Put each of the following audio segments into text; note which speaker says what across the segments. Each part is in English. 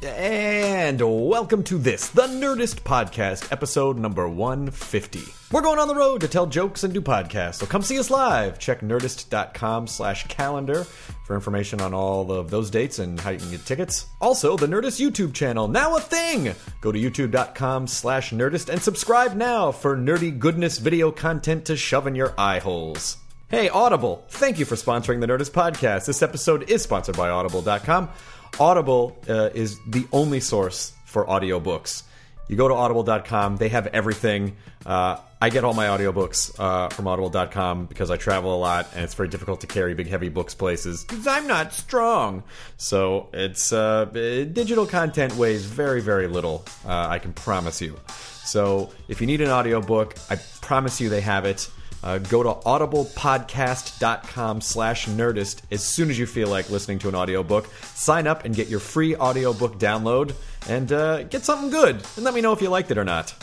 Speaker 1: And welcome to this, the Nerdist Podcast, episode number 150. We're going on the road to tell jokes and do podcasts, so come see us live. Check nerdist.com slash calendar for information on all of those dates and how you can get tickets. Also, the Nerdist YouTube channel, now a thing! Go to youtube.com slash nerdist and subscribe now for nerdy goodness video content to shove in your eye holes. Hey, Audible, thank you for sponsoring the Nerdist Podcast. This episode is sponsored by Audible.com. Audible uh, is the only source for audiobooks. You go to audible.com, they have everything. Uh, I get all my audiobooks uh, from audible.com because I travel a lot and it's very difficult to carry big, heavy books places because I'm not strong. So it's uh, digital content weighs very, very little, uh, I can promise you. So if you need an audiobook, I promise you they have it. Uh, go to audiblepodcast.com slash nerdist as soon as you feel like listening to an audiobook. Sign up and get your free audiobook download and uh, get something good. And let me know if you liked it or not,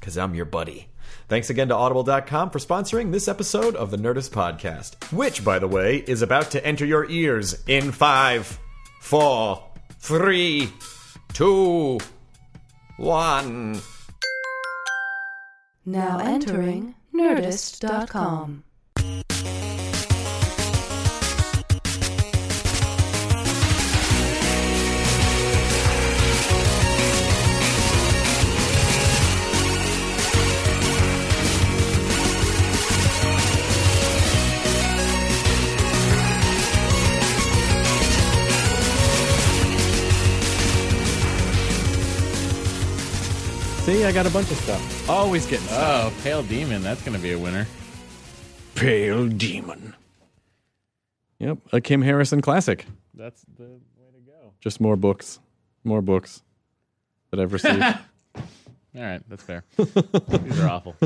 Speaker 1: because I'm your buddy. Thanks again to Audible.com for sponsoring this episode of the Nerdist Podcast, which, by the way, is about to enter your ears in five, four, three, two, one.
Speaker 2: Now entering Nerdist.com.
Speaker 3: See, I got a bunch of stuff. Always getting stuff.
Speaker 4: Oh, Pale Demon. That's going to be a winner.
Speaker 3: Pale Demon. Yep, a Kim Harrison classic.
Speaker 4: That's the way to go.
Speaker 3: Just more books, more books that I've received.
Speaker 4: All right, that's fair. These are awful.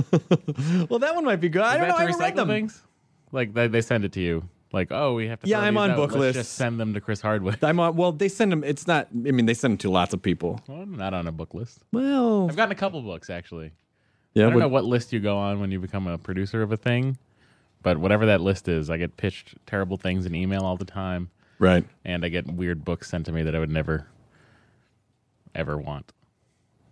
Speaker 3: well, that one might be good. I don't know. I haven't read them.
Speaker 4: things? Like they, they send it to you. Like, oh, we have to.
Speaker 3: Yeah,
Speaker 4: throw
Speaker 3: I'm
Speaker 4: these
Speaker 3: on
Speaker 4: out.
Speaker 3: book
Speaker 4: Let's
Speaker 3: lists.
Speaker 4: Just send them to Chris Hardwick.
Speaker 3: I'm on, well, they send them. It's not. I mean, they send them to lots of people.
Speaker 4: Well, I'm not on a book list.
Speaker 3: Well,
Speaker 4: I've gotten a couple books actually.
Speaker 3: yeah,
Speaker 4: I don't
Speaker 3: but-
Speaker 4: know what list you go on when you become a producer of a thing, but whatever that list is, I get pitched terrible things in email all the time,
Speaker 3: right.
Speaker 4: and I get weird books sent to me that I would never, ever want.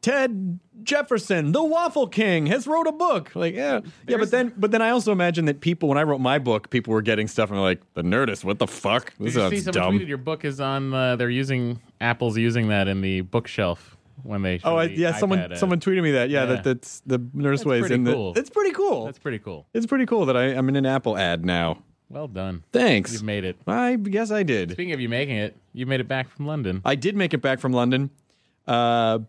Speaker 3: Ted Jefferson, the Waffle King, has wrote a book. Like, yeah, yeah. But then, but then I also imagine that people, when I wrote my book, people were getting stuff and were like, "The Nerdist, what the fuck? This
Speaker 4: Did you see
Speaker 3: sounds
Speaker 4: someone
Speaker 3: dumb."
Speaker 4: tweeted your book is on? Uh, they're using Apple's using that in the bookshelf when they. show
Speaker 3: Oh, I,
Speaker 4: the
Speaker 3: yeah. Someone
Speaker 4: iPad uh, ad.
Speaker 3: someone tweeted me that. Yeah,
Speaker 4: Yeah.
Speaker 3: that that's the nurse ways
Speaker 4: pretty
Speaker 3: in the.
Speaker 4: cool.
Speaker 3: It's pretty cool.
Speaker 4: That's pretty cool.
Speaker 3: it's pretty cool that I, I'm in an Apple ad now.
Speaker 4: Well done.
Speaker 3: Thanks.
Speaker 4: You've made it.
Speaker 3: I guess I did.
Speaker 4: Speaking of you making it, you made it back from London.
Speaker 3: I did make it back from London. Uh,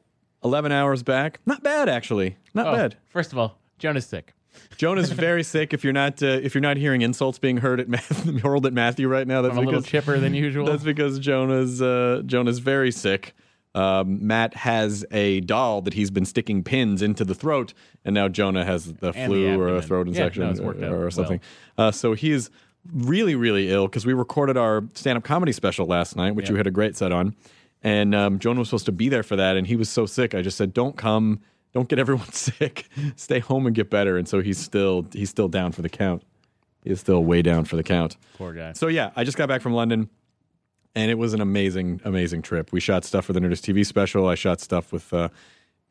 Speaker 3: Eleven hours back. Not bad actually. Not
Speaker 4: Oh,
Speaker 3: bad.
Speaker 4: First of all, Jonah's sick.
Speaker 3: Jonah's very sick. If you're not uh, if you're not hearing insults being heard at Matthew, hurled at Matthew right now, that's
Speaker 4: I'm a little
Speaker 3: because
Speaker 4: chipper than usual.
Speaker 3: That's because Jonah's uh, Jonah's very sick. Um, Matt has a doll that he's been sticking pins into the throat, and now Jonah has the
Speaker 4: the
Speaker 3: flu or a
Speaker 4: abdomen.
Speaker 3: throat
Speaker 4: Yeah,
Speaker 3: infection
Speaker 4: no, it's worked out
Speaker 3: or, or
Speaker 4: well.
Speaker 3: something. Uh, so he is really, really ill because we recorded our stand-up comedy special last night, which you had a great set on, and um, Jonah was supposed to be there for that, and he was so sick. I just said, "Don't come, don't get everyone sick. Stay home and get better." And so he's still he's still down for the count. He is still way down for the count.
Speaker 4: Poor guy.
Speaker 3: So yeah, I just got back from London, and it was an amazing, amazing trip. We shot stuff for the Nerdist TV special. I shot stuff with
Speaker 4: Mm-hmm.
Speaker 3: uh,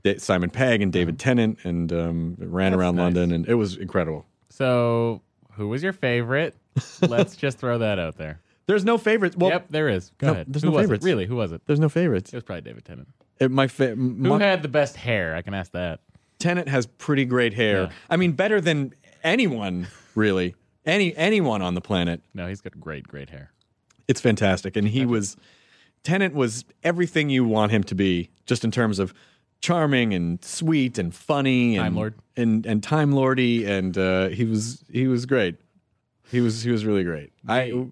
Speaker 3: Da- Simon Pegg and David Tennant, and um, ran around London, and it was incredible.
Speaker 4: So, who was your favorite? Let's just throw that out there.
Speaker 3: There's no favorites. Well,
Speaker 4: yep, there is. Go
Speaker 3: no,
Speaker 4: ahead.
Speaker 3: there's
Speaker 4: who
Speaker 3: no
Speaker 4: was
Speaker 3: favorites.
Speaker 4: It? Really, who was it?
Speaker 3: there's no favorites.
Speaker 4: It was probably David Tennant.
Speaker 3: Uh, my fa-
Speaker 4: Who
Speaker 3: my
Speaker 4: had the best hair? I can ask that.
Speaker 3: Tennant has pretty great hair.
Speaker 4: Yeah.
Speaker 3: I mean, better than anyone really. Any anyone on the planet.
Speaker 4: No, he's got great, great hair.
Speaker 3: It's fantastic. And he was Tennant was everything you want him to be, just in terms of charming and sweet and funny and
Speaker 4: Time Lord.
Speaker 3: and and time lordy and uh, he was he was great. He was he was really great. I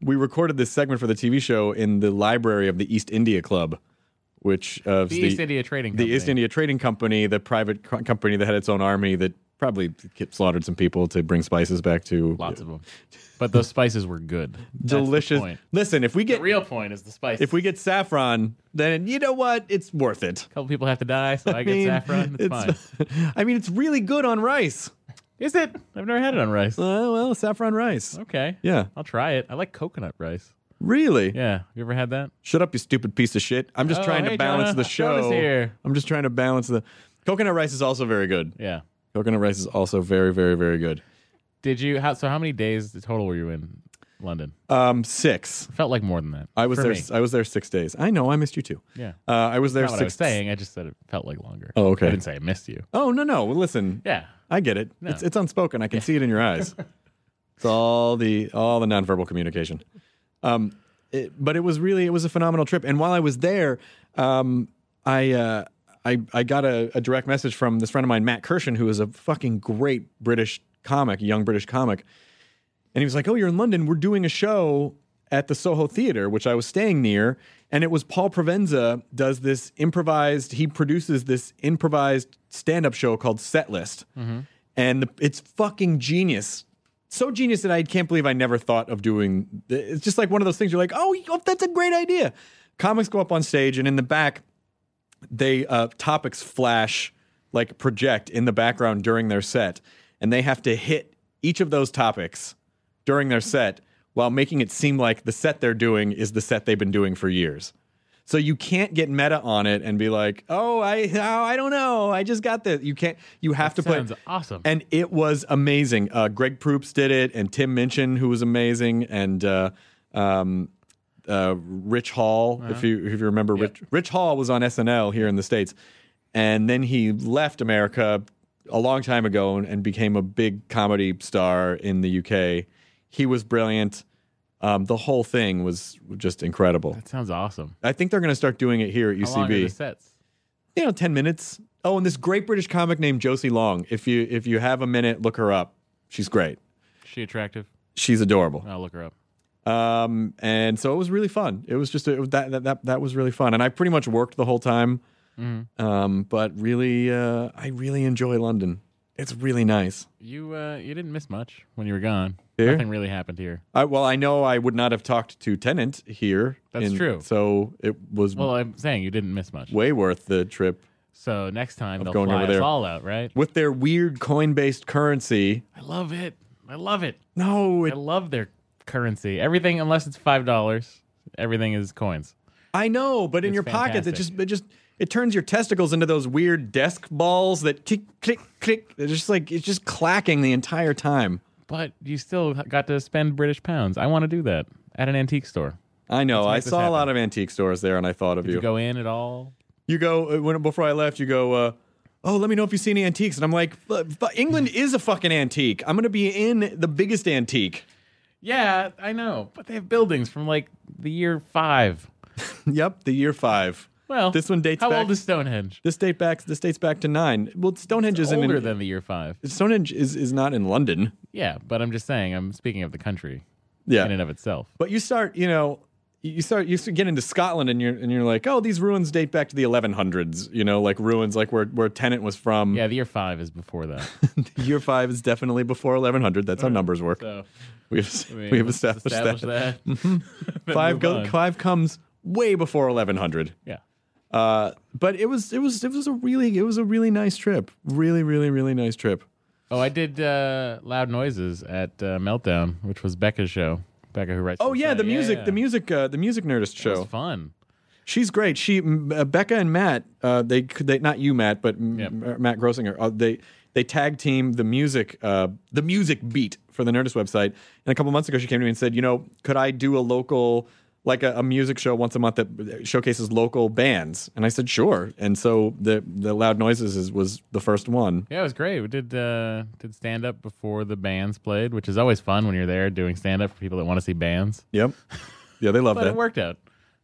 Speaker 3: we recorded this segment for the TV show in the library of the East India Club, which uh,
Speaker 4: The, East India Trading
Speaker 3: the
Speaker 4: Company.
Speaker 3: East India Trading Company, the private co- company that had its own army that probably ki- slaughtered some people to bring spices back to
Speaker 4: Lots of them. But those spices were good. That's the
Speaker 3: delicious.
Speaker 4: point.
Speaker 3: Listen, if we
Speaker 4: The,
Speaker 3: get
Speaker 4: real point is the spice.
Speaker 3: if we get saffron, then you know what? It's worth it.
Speaker 4: a couple people have to die, so I, get
Speaker 3: mean,
Speaker 4: saffron. It's, fine.
Speaker 3: fine. I mean, it's really good on rice.
Speaker 4: Is it? I've never had it on rice.
Speaker 3: Uh, well, saffron rice.
Speaker 4: Okay.
Speaker 3: Yeah.
Speaker 4: I'll try it. I like coconut rice.
Speaker 3: Really?
Speaker 4: Yeah. Have you ever had that?
Speaker 3: Shut up, you stupid piece of shit. I'm just
Speaker 4: Oh,
Speaker 3: trying
Speaker 4: hey,
Speaker 3: to balance
Speaker 4: Jonah.
Speaker 3: the show.
Speaker 4: Jonah's here.
Speaker 3: I'm just trying to balance the coconut rice is also very good.
Speaker 4: Yeah.
Speaker 3: Coconut rice is also very, very, very good.
Speaker 4: Did you? How, so how many days total were you in London?
Speaker 3: Um, six.
Speaker 4: Felt like more than that.
Speaker 3: I was
Speaker 4: for
Speaker 3: there.
Speaker 4: me.
Speaker 3: I was there six days. I know. I missed you too.
Speaker 4: Yeah.
Speaker 3: Uh, I was there
Speaker 4: Not
Speaker 3: six.
Speaker 4: what I was saying. I just said it felt like longer.
Speaker 3: Oh, okay.
Speaker 4: I didn't say I missed you.
Speaker 3: Oh no no. Well, listen.
Speaker 4: Yeah.
Speaker 3: I get it. It's it's unspoken. I can see it in your eyes. it's all the all the nonverbal communication. Um, it, but it was really it was a phenomenal trip. And while I was there, um, I. Uh, I, I got a, a direct message from this friend of mine, Matt Kirshen, who is a fucking great British comic, young British comic. And he was like, Oh, you're in London. We're doing a show at the Soho Theater, which I was staying near. And it was Paul Provenza does this improvised, he produces this improvised stand up show called Setlist. And the, it's fucking genius. So genius that I can't believe I never thought of doing. It's just like one of those things you're like, oh, oh, that's a great idea. Comics go up on stage, and in the back, they uh, topics flash like project in the background during their set, and they have to hit each of those topics during their set while making it seem like the set they're doing is the set they've been doing for years. So you can't get meta on it and be like, "Oh, I, oh, I don't know, I just got this." You can't. You have to
Speaker 4: Sounds
Speaker 3: play.
Speaker 4: awesome.
Speaker 3: And it was amazing. Uh, Greg Proops did it, and Tim Minchin, who was amazing, and uh, um, uh, Rich Hall.
Speaker 4: Uh-huh.
Speaker 3: If you if you remember, Rich Rich Hall was on SNL here in the states, and then he left America a long time ago and, and became a big comedy star in the UK. He was brilliant. Um, the whole thing was just incredible.
Speaker 4: that sounds awesome.
Speaker 3: I think they're going to start doing it here at UCB
Speaker 4: How long are the sets?
Speaker 3: you know, ten minutes. Oh, and this great British comic named Josie Long. If you if you have a minute, look her up. She's great.
Speaker 4: Is she attractive?
Speaker 3: She's adorable.
Speaker 4: I'll look her up.
Speaker 3: Um, and so it was really fun. It was just a, that, that that that was really fun, and I pretty much worked the whole time.
Speaker 4: Mm-hmm.
Speaker 3: Um, but really, uh, I really enjoy London. It's really nice.
Speaker 4: You uh, you didn't miss much when you were gone.
Speaker 3: Here?
Speaker 4: Nothing really happened here.
Speaker 3: I, well, I know I would not have talked to Tennant here.
Speaker 4: That's true.
Speaker 3: So it was
Speaker 4: Well, I'm saying you didn't miss much.
Speaker 3: way worth the trip
Speaker 4: So next time they'll
Speaker 3: going
Speaker 4: fly
Speaker 3: over
Speaker 4: us
Speaker 3: there.
Speaker 4: all out, right?
Speaker 3: with their weird coin-based currency.
Speaker 4: I love it. I love it.
Speaker 3: No, it
Speaker 4: I love their currency. Everything unless it's five dollars, everything is coins.
Speaker 3: I know, but in
Speaker 4: It's
Speaker 3: your pockets, it
Speaker 4: fantastic.
Speaker 3: just it just it turns your testicles into those weird desk balls that click click click. They're just like it's just clacking the entire time.
Speaker 4: But you still got to spend British pounds. I want to do that at an antique store.
Speaker 3: I know. I
Speaker 4: make this
Speaker 3: saw a lot of antique stores there, and I thought of
Speaker 4: Did
Speaker 3: you.
Speaker 4: you go in at all?
Speaker 3: You go uh, when before I left. You go. uh Oh, let me know if you see any antiques. And I'm like, "F- f- England is a fucking antique. I'm gonna be in the biggest antique.
Speaker 4: Yeah, I know. But they have buildings from like the year five.
Speaker 3: Yep, the year five.
Speaker 4: Well,
Speaker 3: this one dates
Speaker 4: How
Speaker 3: back.
Speaker 4: old is Stonehenge?
Speaker 3: this date back? This dates back to nine. Well, Stonehenge isn't
Speaker 4: Older
Speaker 3: in,
Speaker 4: than the year five.
Speaker 3: Stonehenge is, is not in London.
Speaker 4: Yeah, but I'm just saying. I'm speaking of the country
Speaker 3: Yeah,
Speaker 4: in and of itself.
Speaker 3: But you start, you know, you start you get into Scotland and you're and you're like, oh, these ruins date back to the 1100s. You know, like ruins like where where Tennant was from.
Speaker 4: Yeah, the year five is before that.
Speaker 3: Year five is definitely before 1100. That's how numbers work.
Speaker 4: So
Speaker 3: We've
Speaker 4: I mean,
Speaker 3: we've
Speaker 4: let's
Speaker 3: established,
Speaker 4: establish
Speaker 3: that.
Speaker 4: that. Then
Speaker 3: Five
Speaker 4: move
Speaker 3: go,
Speaker 4: on.
Speaker 3: five comes way before 1100.
Speaker 4: Yeah.
Speaker 3: Uh, but it was it was it was a really it was a really nice trip. Really really really nice trip.
Speaker 4: Oh, I did uh, loud noises at uh, Meltdown, which was Becca's show. Becca who writes.
Speaker 3: Oh yeah, the music
Speaker 4: yeah.
Speaker 3: the music uh, the music nerdist
Speaker 4: It was
Speaker 3: show.
Speaker 4: fun.
Speaker 3: She's great. She m- uh, Becca and Matt. Uh, they could- they not you Matt, but m-
Speaker 4: Yep.
Speaker 3: m- Matt Grossinger. Uh, they They tag team the music, uh, the music beat for the Nerdist website. And a couple months ago, she came to me and said, you know, could I do a local, like a, a music show once a month that uh, showcases local bands? And I said, sure. And so the the Loud Noises is, was the first one.
Speaker 4: Yeah, it was great. We did uh, did stand up before the bands played, which is always fun when you're there doing stand up for people that want to see bands.
Speaker 3: Yep. Yeah, they love
Speaker 4: But
Speaker 3: that.
Speaker 4: it worked out.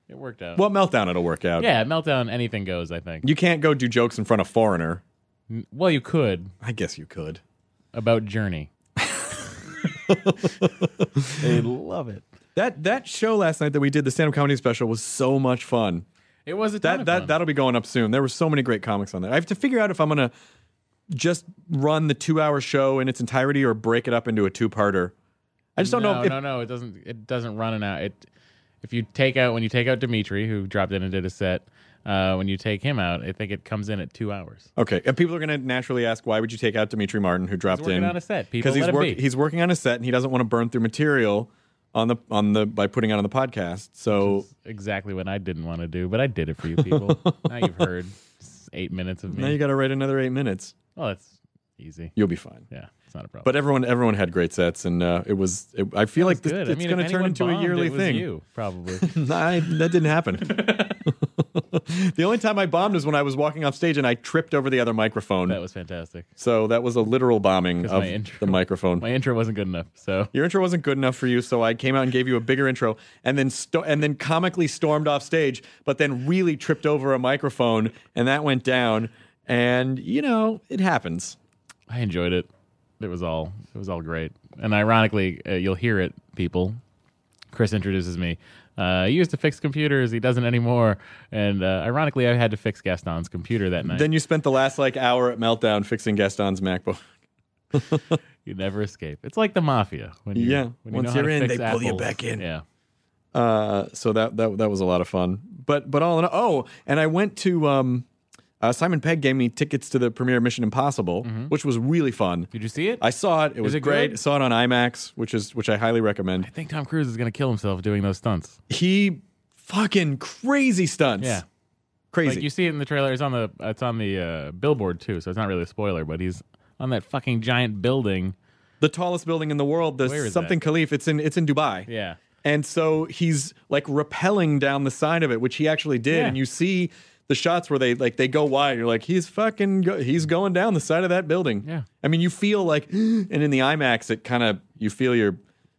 Speaker 4: It worked out.
Speaker 3: Well, Meltdown, it'll work out.
Speaker 4: yeah, meltdown. Anything goes. I think.
Speaker 3: You can't go do jokes in front of foreigner.
Speaker 4: well, you could
Speaker 3: I guess you could.
Speaker 4: about Journey. they love it.
Speaker 3: That that show last night that we did, the stand-up comedy special, was so much fun.
Speaker 4: It was a ton
Speaker 3: That
Speaker 4: of
Speaker 3: that
Speaker 4: fun.
Speaker 3: that'll be going up soon. There were so many great comics on there. I have to figure out if I'm gonna just run the two-hour show in its entirety or break it up into a two-parter. I just don't
Speaker 4: no,
Speaker 3: know. If,
Speaker 4: no, no. It doesn't. It doesn't run an hour. It if you take out when you take out Dimitri, who dropped in and did a set. Uh, when you take him out, I think it comes in at two hours.
Speaker 3: Okay, and people are gonna naturally ask, why would you take out Dimitri Martin, who dropped
Speaker 4: working
Speaker 3: in
Speaker 4: on a set, people.
Speaker 3: he's
Speaker 4: Let him
Speaker 3: work-
Speaker 4: be.
Speaker 3: he's working on a set and he doesn't want to burn through material on the on the by putting it on the podcast. So
Speaker 4: Exactly what I didn't want to do, but I did it for you people. now you've heard s- eight minutes of me.
Speaker 3: now you got to write another eight minutes.
Speaker 4: well, that's easy.
Speaker 3: You'll be fine.
Speaker 4: Yeah, it's not a problem.
Speaker 3: But everyone, everyone had great sets, and uh, it was. It, I feel like
Speaker 4: It's
Speaker 3: this,
Speaker 4: good.
Speaker 3: it's
Speaker 4: I mean,
Speaker 3: going
Speaker 4: if
Speaker 3: to turn
Speaker 4: anyone
Speaker 3: into
Speaker 4: bombed,
Speaker 3: a yearly
Speaker 4: it was
Speaker 3: thing.
Speaker 4: You probably.
Speaker 3: I, that didn't happen. the only time I bombed was when I was walking off stage and I tripped over the other microphone.
Speaker 4: That was fantastic.
Speaker 3: so that was a literal bombing
Speaker 4: 'Cause
Speaker 3: of
Speaker 4: my
Speaker 3: the
Speaker 4: intro-
Speaker 3: microphone.
Speaker 4: My intro wasn't good enough, so
Speaker 3: Your intro wasn't good enough for you, so I came out and gave you a bigger intro, and then sto- and then comically stormed off stage, but then really tripped over a microphone, and that went down. And you know, it happens.
Speaker 4: I enjoyed it. It was all it was all great. And ironically, uh, you'll hear it, people. Chris introduces me. Uh, he used to fix computers. He doesn't anymore. And uh, ironically, I had to fix Gaston's computer that night.
Speaker 3: Then you spent the last like hour at Meltdown fixing Gaston's MacBook.
Speaker 4: you never escape. It's like the mafia. When you,
Speaker 3: Yeah.
Speaker 4: When you
Speaker 3: Once
Speaker 4: know how to
Speaker 3: you're in,
Speaker 4: fix
Speaker 3: they pull you
Speaker 4: apples.
Speaker 3: back in.
Speaker 4: Yeah.
Speaker 3: Uh, so that that that was a lot of fun. But but all in all, oh, and I went to um, uh, Simon Pegg gave me tickets to the premiere of Mission Impossible, which was really fun.
Speaker 4: Did Mm-hmm. you see it?
Speaker 3: I saw it. It was
Speaker 4: it
Speaker 3: great.
Speaker 4: good?
Speaker 3: Saw it on IMAX, which is which I highly recommend.
Speaker 4: I think Tom Cruise is going to kill himself doing those stunts.
Speaker 3: He fucking crazy stunts.
Speaker 4: Yeah.
Speaker 3: crazy.
Speaker 4: Like you see it in the trailer. It's on the it's on the uh, billboard too, so it's not really a spoiler. But he's on that fucking giant building.
Speaker 3: the tallest building in the world,
Speaker 4: Where
Speaker 3: the
Speaker 4: is
Speaker 3: something Khalif. It's in it's in Dubai.
Speaker 4: Yeah.
Speaker 3: And so he's like rappelling down the side of it, which he actually did.
Speaker 4: Yeah.
Speaker 3: And you see the shots where they like they go wide. You're like, he's fucking go- he's going down the side of that building.
Speaker 4: Yeah.
Speaker 3: I mean, you feel like, and in the IMAX, it kind of you feel your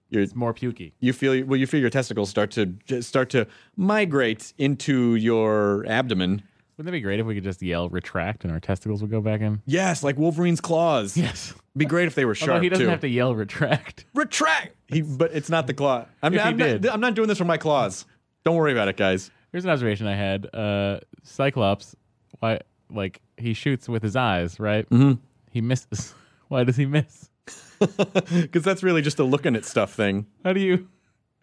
Speaker 3: your
Speaker 4: It's more pukey.
Speaker 3: you feel well you feel your testicles start to j- start to migrate into your abdomen.
Speaker 4: Wouldn't it be great if we could just yell retract and our testicles would go back in?
Speaker 3: Yes, like Wolverine's claws.
Speaker 4: Yes.
Speaker 3: Be great if they were sharp
Speaker 4: Although he doesn't
Speaker 3: too.
Speaker 4: have to yell retract.
Speaker 3: retract. He, but it's not the claw. I'm,
Speaker 4: If he
Speaker 3: I'm not,
Speaker 4: did.
Speaker 3: I'm not doing this for my claws. Don't worry about it, guys.
Speaker 4: Here's an observation I had. Uh, Cyclops, why like he shoots with his eyes, right? Mm-hmm. He misses. Why does he miss?
Speaker 3: Because that's really just a looking at stuff thing.
Speaker 4: How do you?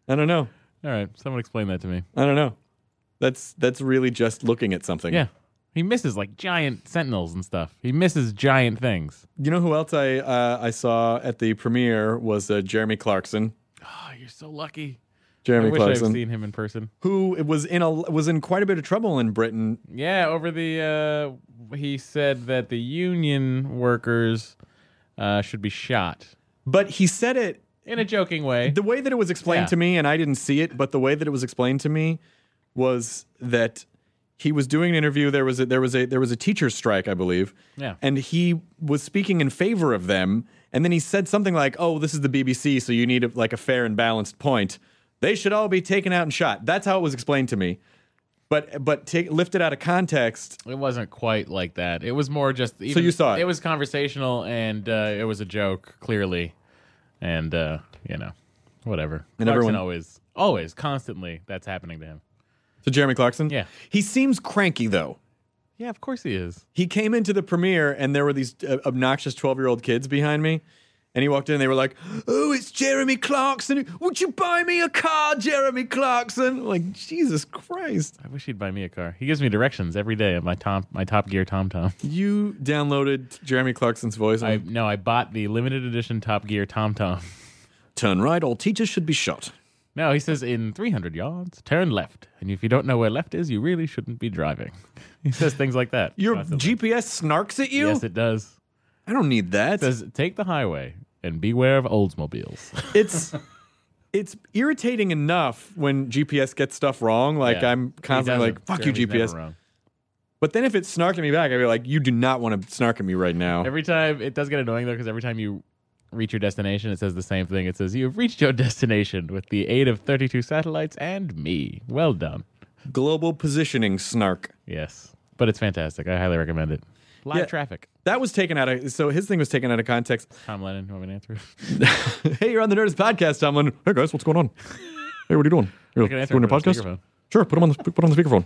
Speaker 3: I don't know.
Speaker 4: All right, someone explain that to me.
Speaker 3: I don't know. That's that's really just looking at something.
Speaker 4: Yeah, he misses like giant sentinels and stuff. He misses giant things.
Speaker 3: You know who else I uh, I saw at the premiere was uh, Jeremy Clarkson.
Speaker 4: Oh, you're so lucky.
Speaker 3: Jeremy
Speaker 4: I wish I've
Speaker 3: Clarkson,
Speaker 4: seen him in person.
Speaker 3: who was in a was in quite a bit of trouble in Britain.
Speaker 4: Yeah, over the uh, he said that the union workers uh, should be shot
Speaker 3: But he said it
Speaker 4: in a joking way.
Speaker 3: the way that it was explained
Speaker 4: Yeah.
Speaker 3: to me, and I didn't see it, but the way that it was explained to me was that he was doing an interview. There was a, there was a there was a teacher's strike, I believe.
Speaker 4: Yeah.
Speaker 3: And he was speaking in favor of them, and then he said something like, "Oh, this is the BBC, so you need a, like a fair and balanced point. They should all be taken out and shot." That's how it was explained to me. But but take, lifted out of context,
Speaker 4: It wasn't quite like that. It was more just. Even,
Speaker 3: you saw it.
Speaker 4: It was conversational, and uh, it was a joke, clearly, and uh, you know, whatever.
Speaker 3: And
Speaker 4: Clarkson
Speaker 3: everyone-
Speaker 4: always, always, constantly, that's happening to him.
Speaker 3: to Jeremy Clarkson.
Speaker 4: Yeah.
Speaker 3: He seems cranky though.
Speaker 4: Yeah, of course he is.
Speaker 3: he came into the premiere and there were these uh, obnoxious 12 year old kids behind me and he walked in and they were like oh it's jeremy clarkson would you buy me a car jeremy clarkson I'm like jesus christ
Speaker 4: I wish he'd buy me a car. He gives me directions every day at my Tom, my Top Gear Tom Tom.
Speaker 3: Hmm. you downloaded jeremy clarkson's voice
Speaker 4: I no, I bought the limited edition Top Gear Tom Tom.
Speaker 3: turn right all teachers should be shot
Speaker 4: No, he says in 300 yards, turn left, and if you don't know where left is, you really shouldn't be driving. He says things like that.
Speaker 3: your
Speaker 4: constantly.
Speaker 3: gps snarks at you
Speaker 4: Yes, it does.
Speaker 3: I don't need that.
Speaker 4: says take the highway and beware of Oldsmobiles.
Speaker 3: it's it's irritating enough when GPS gets stuff wrong. Like
Speaker 4: Yeah.
Speaker 3: I'm
Speaker 4: He
Speaker 3: constantly
Speaker 4: doesn't.
Speaker 3: like, "Fuck you,
Speaker 4: Jeremy's never
Speaker 3: GPS."
Speaker 4: wrong.
Speaker 3: But then if it snarked at me back, I'd be like, "You do not want to snark at me right now."
Speaker 4: Every time it does get annoying though, because every time you reach your destination, it says the same thing. It says you have reached your destination with the aid of 32 satellites and me. Well done.
Speaker 3: Global positioning snark.
Speaker 4: Yes, but it's fantastic. I highly recommend it. Live
Speaker 3: Yeah.
Speaker 4: traffic.
Speaker 3: That was taken out of so his thing was taken out of context.
Speaker 4: Tom Lennon, you want me to answer?
Speaker 3: hey, you're on the Nerdist podcast, Tom. Lennon. Hey guys, what's going on? Hey, what are you doing? You're
Speaker 4: can
Speaker 3: doing
Speaker 4: answer
Speaker 3: a
Speaker 4: it from the
Speaker 3: podcast?
Speaker 4: speakerphone.
Speaker 3: Sure, put him on the put him on the speakerphone.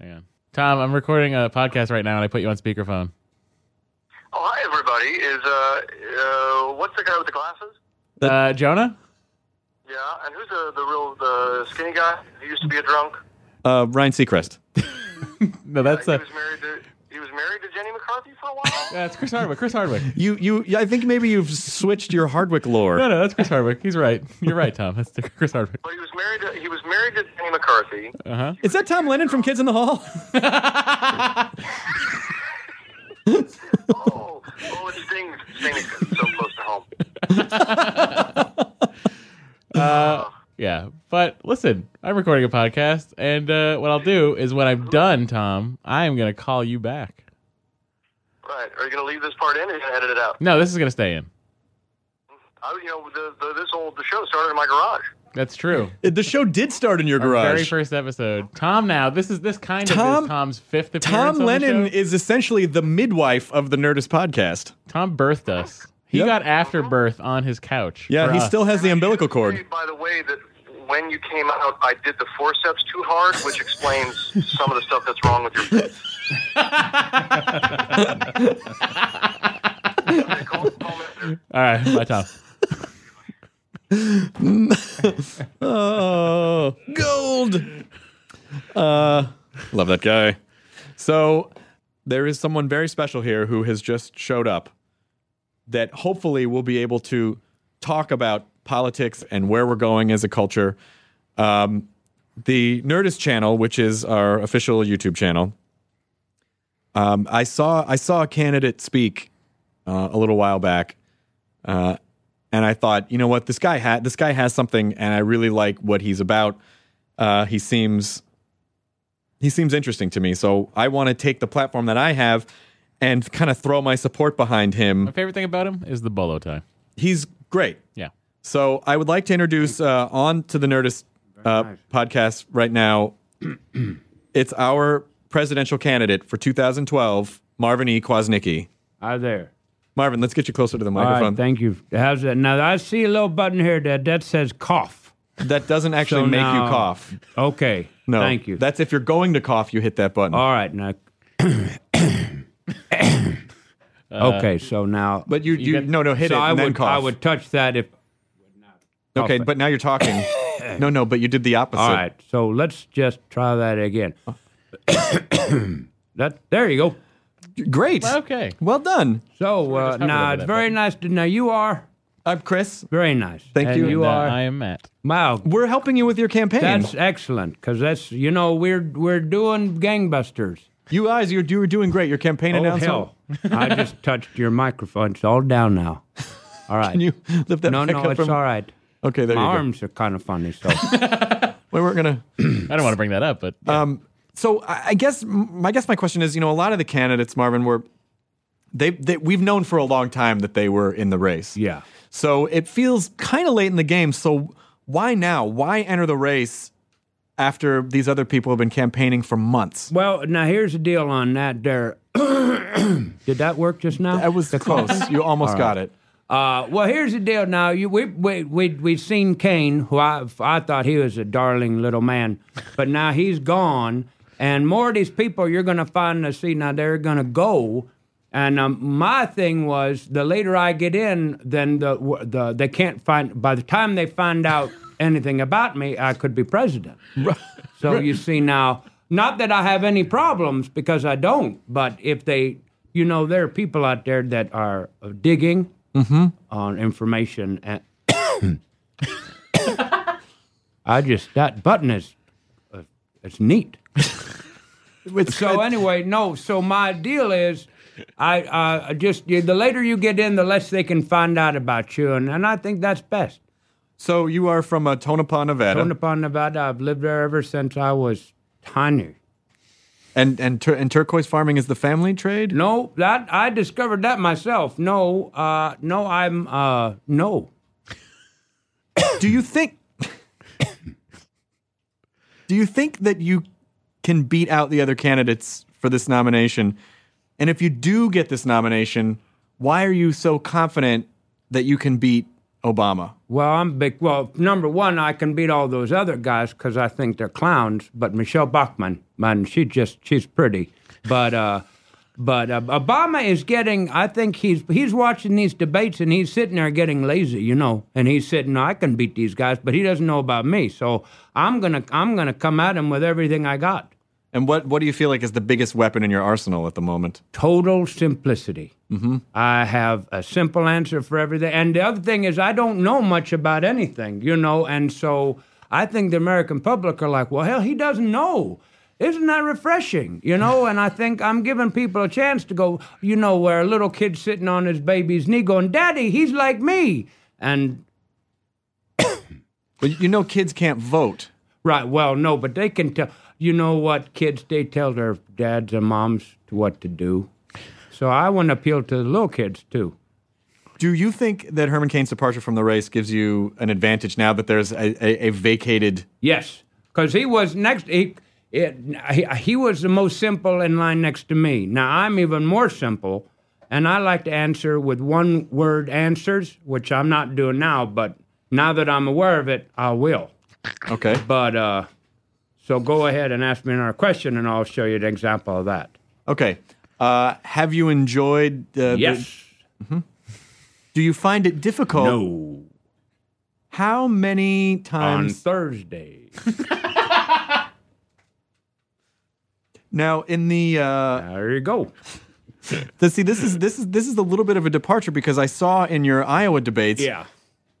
Speaker 4: Hang on. Tom, I'm recording a podcast right now, and I put you on speakerphone.
Speaker 5: Oh, hi, everybody. Is uh, uh, what's the guy with the glasses?
Speaker 4: Uh, Jonah,
Speaker 5: Yeah, and who's the the real the skinny guy? He used to be a drunk.
Speaker 3: Uh, Ryan Seacrest.
Speaker 4: no, that's
Speaker 5: he
Speaker 4: uh,
Speaker 5: was married to he was married to Jenny McCarthy for a while.
Speaker 4: that's Chris Hardwick. Chris Hardwick.
Speaker 3: You you I think maybe you've switched your Hardwick lore.
Speaker 4: No, no, that's Chris Hardwick. He's right. You're right, Tom. That's Chris Hardwick.
Speaker 5: but he was married to he was married to Jenny McCarthy.
Speaker 3: Is that Tom Lennon from Kids in the Hall?
Speaker 5: Oh, oh, it stings. Stings so close to home.
Speaker 4: Yeah, but listen, I'm recording a podcast, and uh, what I'll do is when I'm done, Tom, I am going to call you back.
Speaker 5: Right? Are you going to leave this part in, or are you going to edit it out?
Speaker 4: No, this is going to stay in.
Speaker 5: I, you know, the, the, this old the show started in my garage.
Speaker 4: That's true.
Speaker 3: the show did start in your
Speaker 4: Our very
Speaker 3: garage.
Speaker 4: first episode. Tom, now this is this kind of
Speaker 3: Tom-
Speaker 4: is Tom's fifth appearance.
Speaker 3: Tom
Speaker 4: on the
Speaker 3: Lennon
Speaker 4: show.
Speaker 3: is essentially the midwife of the Nerdist podcast.
Speaker 4: Tom birthed us. He
Speaker 3: Yep.
Speaker 4: got afterbirth on his couch.
Speaker 3: Yeah,
Speaker 4: for
Speaker 3: he
Speaker 4: us.
Speaker 3: still has the umbilical cord.
Speaker 5: By the way, that when you came out, I did the forceps too hard, which explains some of the stuff that's wrong with your face. Okay, call- call me later.
Speaker 4: All right, bye, Tom.
Speaker 3: Oh, gold. Uh, love that guy. So there is someone very special here who has just showed up that hopefully we'll be able to talk about politics and where we're going as a culture. Um, the Nerdist channel, which is our official YouTube channel, um, I saw I saw a candidate speak uh, a little while back, uh, and I thought, you know what, this guy had this guy has something, and I really like what he's about. Uh, he seems he seems interesting to me, so I want to take the platform that I have and kind of throw my support behind him.
Speaker 4: My favorite thing about him is the bolo tie.
Speaker 3: He's great.
Speaker 4: Yeah.
Speaker 3: So I would like to introduce uh, on to the Nerdist uh, podcast right now. it's our presidential candidate for 2012, Marvin E. Kwasnicki.
Speaker 6: Hi there.
Speaker 3: Marvin, let's get you closer to the
Speaker 6: All right,
Speaker 3: microphone.
Speaker 6: thank you. How's that? Now I see a little button here that that says cough.
Speaker 3: that doesn't actually
Speaker 6: So
Speaker 3: make you
Speaker 6: now-
Speaker 3: cough.
Speaker 6: Okay.
Speaker 3: No,
Speaker 6: Thank you. Oh,
Speaker 3: That's if you're going to cough, you hit that button.
Speaker 6: All right now. okay, so now.
Speaker 3: but you, you, no, no, hit
Speaker 6: so
Speaker 3: it
Speaker 6: I
Speaker 3: and
Speaker 6: would
Speaker 3: then cough.
Speaker 6: I would touch that if.
Speaker 3: okay,
Speaker 6: cough it.
Speaker 3: but now you're talking. no, no, but you did the opposite.
Speaker 6: All right, so let's just try that again.
Speaker 3: Oh.
Speaker 6: that there you go.
Speaker 3: Great.
Speaker 4: Okay.
Speaker 3: Well done.
Speaker 6: So
Speaker 4: we're
Speaker 6: uh,
Speaker 4: just hovering
Speaker 6: now
Speaker 4: over
Speaker 6: it's
Speaker 4: that
Speaker 6: very
Speaker 4: button.
Speaker 6: nice. To, now you are
Speaker 3: I'm Uh, Chris.
Speaker 6: very nice.
Speaker 3: Thank
Speaker 6: And
Speaker 3: you.
Speaker 6: You
Speaker 4: And, uh,
Speaker 6: are.
Speaker 4: I am Matt.
Speaker 6: wow,
Speaker 3: We're helping you with your campaign.
Speaker 6: that's excellent because that's you know we're we're doing gangbusters.
Speaker 3: you guys, you're, you were doing great. Your campaign
Speaker 6: Oh,
Speaker 3: announcement.
Speaker 6: hell. I just touched your microphone. It's all down now. All right.
Speaker 3: Can you lift that
Speaker 6: no,
Speaker 3: back
Speaker 6: no,
Speaker 3: up
Speaker 6: it's
Speaker 3: from-
Speaker 6: all right.
Speaker 3: Okay, there
Speaker 6: My
Speaker 3: you go.
Speaker 6: arms are kind of funny, so
Speaker 3: We weren't gonna.
Speaker 4: I don't want to bring that up, but yeah.
Speaker 3: Um, So I I guess my guess my question is, you know, a lot of the candidates, Marvin, were they, they we've known for a long time that they were in the race.
Speaker 6: yeah.
Speaker 3: So it feels kind of late in the game. So why now? Why enter the race after these other people have been campaigning for months?
Speaker 6: Well, now here's the deal on that. There, did that work just now?
Speaker 3: That was close. you almost got it.
Speaker 6: Uh, well, here's the deal. Now you, we we we we've seen Kane, who I I thought he was a darling little man, but now he's gone, and more of these people you're going to find to see now they're going to go. And um, my thing was, the later I get in, then the the they can't find. By the time they find out anything about me, I could be president. So you see now, not that I have any problems because I don't, but if they, you know, there are people out there that are digging on information. And I just that button is uh, it's neat.
Speaker 3: It's-
Speaker 6: So anyway, no. So my deal is I uh, just you, the later you get in, the less they can find out about you, and, and I think that's best.
Speaker 3: So you are from uh, Tonopah, Nevada,
Speaker 6: Tonopah, Nevada. I've lived there ever since I was tiny.
Speaker 3: and and tur- and turquoise farming is the family trade.
Speaker 6: No, that I discovered that myself. No, uh, no, I'm uh, no.
Speaker 3: Do you think? do you think that you can beat out the other candidates for this nomination? And if you do get this nomination, why are you so confident that you can beat Obama?
Speaker 6: Well, I'm big. Well, number one, I can beat all those other guys because I think they're clowns. But Michelle Bachmann, man, she just she's pretty. But uh, but uh, Obama is getting. I think he's he's watching these debates and he's sitting there getting lazy, you know. And he's sitting, I can beat these guys, but he doesn't know about me. So I'm gonna I'm gonna come at him with everything I got.
Speaker 3: And what what do you feel like is the biggest weapon in your arsenal at the moment?
Speaker 6: total simplicity. I have a simple answer for everything. And the other thing is, I don't know much about anything, you know, and so I think the American public are like, well, hell, he doesn't know. Isn't that refreshing? You know, and I think I'm giving people a chance to go, you know, where a little kid sitting on his baby's knee going, Daddy, he's like me. And
Speaker 3: Well, you know, kids can't vote.
Speaker 6: Right. Well, no, but they can tell. You know what, kids? They tell their dads and moms what to do. So I want to appeal to the little kids too.
Speaker 3: Do you think that Herman Cain's departure from the race gives you an advantage now that there's a, a, a vacated?
Speaker 6: Yes, because he was next. He, it, he he was the most simple in line next to me. Now I'm even more simple, and I like to answer with one word answers, which I'm not doing now. But now that I'm aware of it, I will.
Speaker 3: Okay.
Speaker 6: But uh, so go ahead and ask me another question, and I'll show you an example of that.
Speaker 3: Okay. Uh, have you enjoyed? Uh, the-
Speaker 6: Yes.
Speaker 3: do you find it difficult?
Speaker 6: No.
Speaker 3: How many
Speaker 6: on
Speaker 3: times
Speaker 6: Thursday.
Speaker 3: now in the? Uh,
Speaker 6: there you go.
Speaker 3: the- see, this is this is this is a little bit of a departure because I saw in your Iowa debates,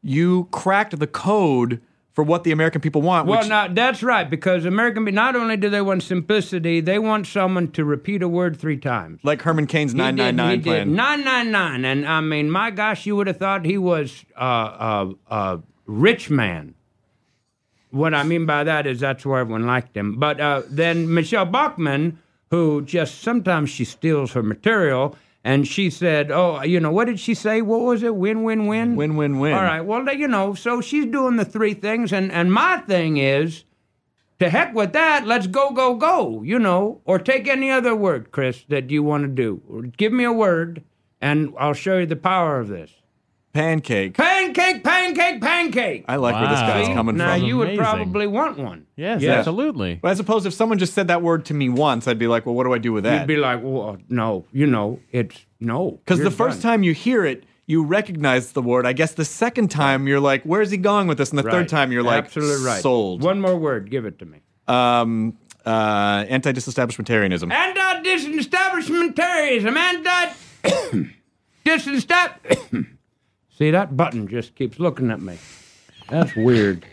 Speaker 3: you cracked the code for what the American people want.
Speaker 6: Well,
Speaker 3: which,
Speaker 6: now that's right because American pe- not only do they want simplicity, they want someone to repeat a word three times.
Speaker 3: like Herman Cain's nine nine nine plan.
Speaker 6: Nine nine nine, and I mean, my gosh, you would have thought he was a uh, uh, uh, rich man. What I mean by that is that's where everyone liked him. But uh, then Michelle Bachmann, who just sometimes she steals her material, and she said, "Oh, you know what did she say? What was it? Win win win
Speaker 3: Win win win.
Speaker 6: All right. Well, you know, so she's doing the three things, and and my thing is, to heck with that. Let's go, go, go. You know, or take any other word, Chris, that you want to do. Or Give me a word, and I'll show you the power of this.
Speaker 3: Pancake.
Speaker 6: Pancake, pancake, pancake.
Speaker 3: I like where this
Speaker 4: Wow.
Speaker 3: guy's
Speaker 4: See?
Speaker 3: coming
Speaker 6: now
Speaker 3: from.
Speaker 6: you would
Speaker 4: Amazing.
Speaker 6: probably want one.
Speaker 4: Yes,
Speaker 3: Yeah.
Speaker 4: absolutely.
Speaker 3: But I suppose if someone just said that word to me once, I'd be like, well, what do I do with
Speaker 6: You'd
Speaker 3: that?
Speaker 6: be like, well, no, you know, it's no.
Speaker 3: Because
Speaker 6: you're
Speaker 3: the first
Speaker 6: done.
Speaker 3: time you hear it, you recognize the word. I guess the second time you're like, where's he going with this? And the third
Speaker 6: Right.
Speaker 3: time you're like,
Speaker 6: absolutely right.
Speaker 3: sold.
Speaker 6: One more word, give it to me.
Speaker 3: Um, uh, Anti disestablishmentarianism.
Speaker 6: Anti disestablishmentarianism, anti disestab. See, that button just keeps looking at me. That's weird.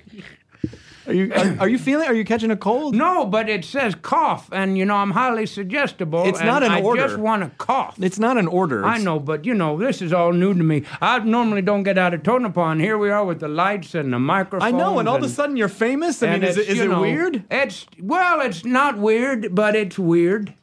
Speaker 3: Are you, are, are you feeling? Are you catching a cold?
Speaker 6: No, but it says cough, and you know, I'm highly suggestible.
Speaker 3: It's
Speaker 6: and
Speaker 3: not an
Speaker 6: I
Speaker 3: order.
Speaker 6: just want to cough.
Speaker 3: It's not an order.
Speaker 6: I
Speaker 3: It's-
Speaker 6: know, but you know, this is all new to me. I normally don't get out of Tonopah, and here we are with the lights and the microphones.
Speaker 3: I know. And all of a sudden you're famous. I mean,
Speaker 6: and
Speaker 3: is it,
Speaker 6: it's,
Speaker 3: is
Speaker 6: you
Speaker 3: it
Speaker 6: know,
Speaker 3: weird?
Speaker 6: It's well, it's not weird, but it's weird.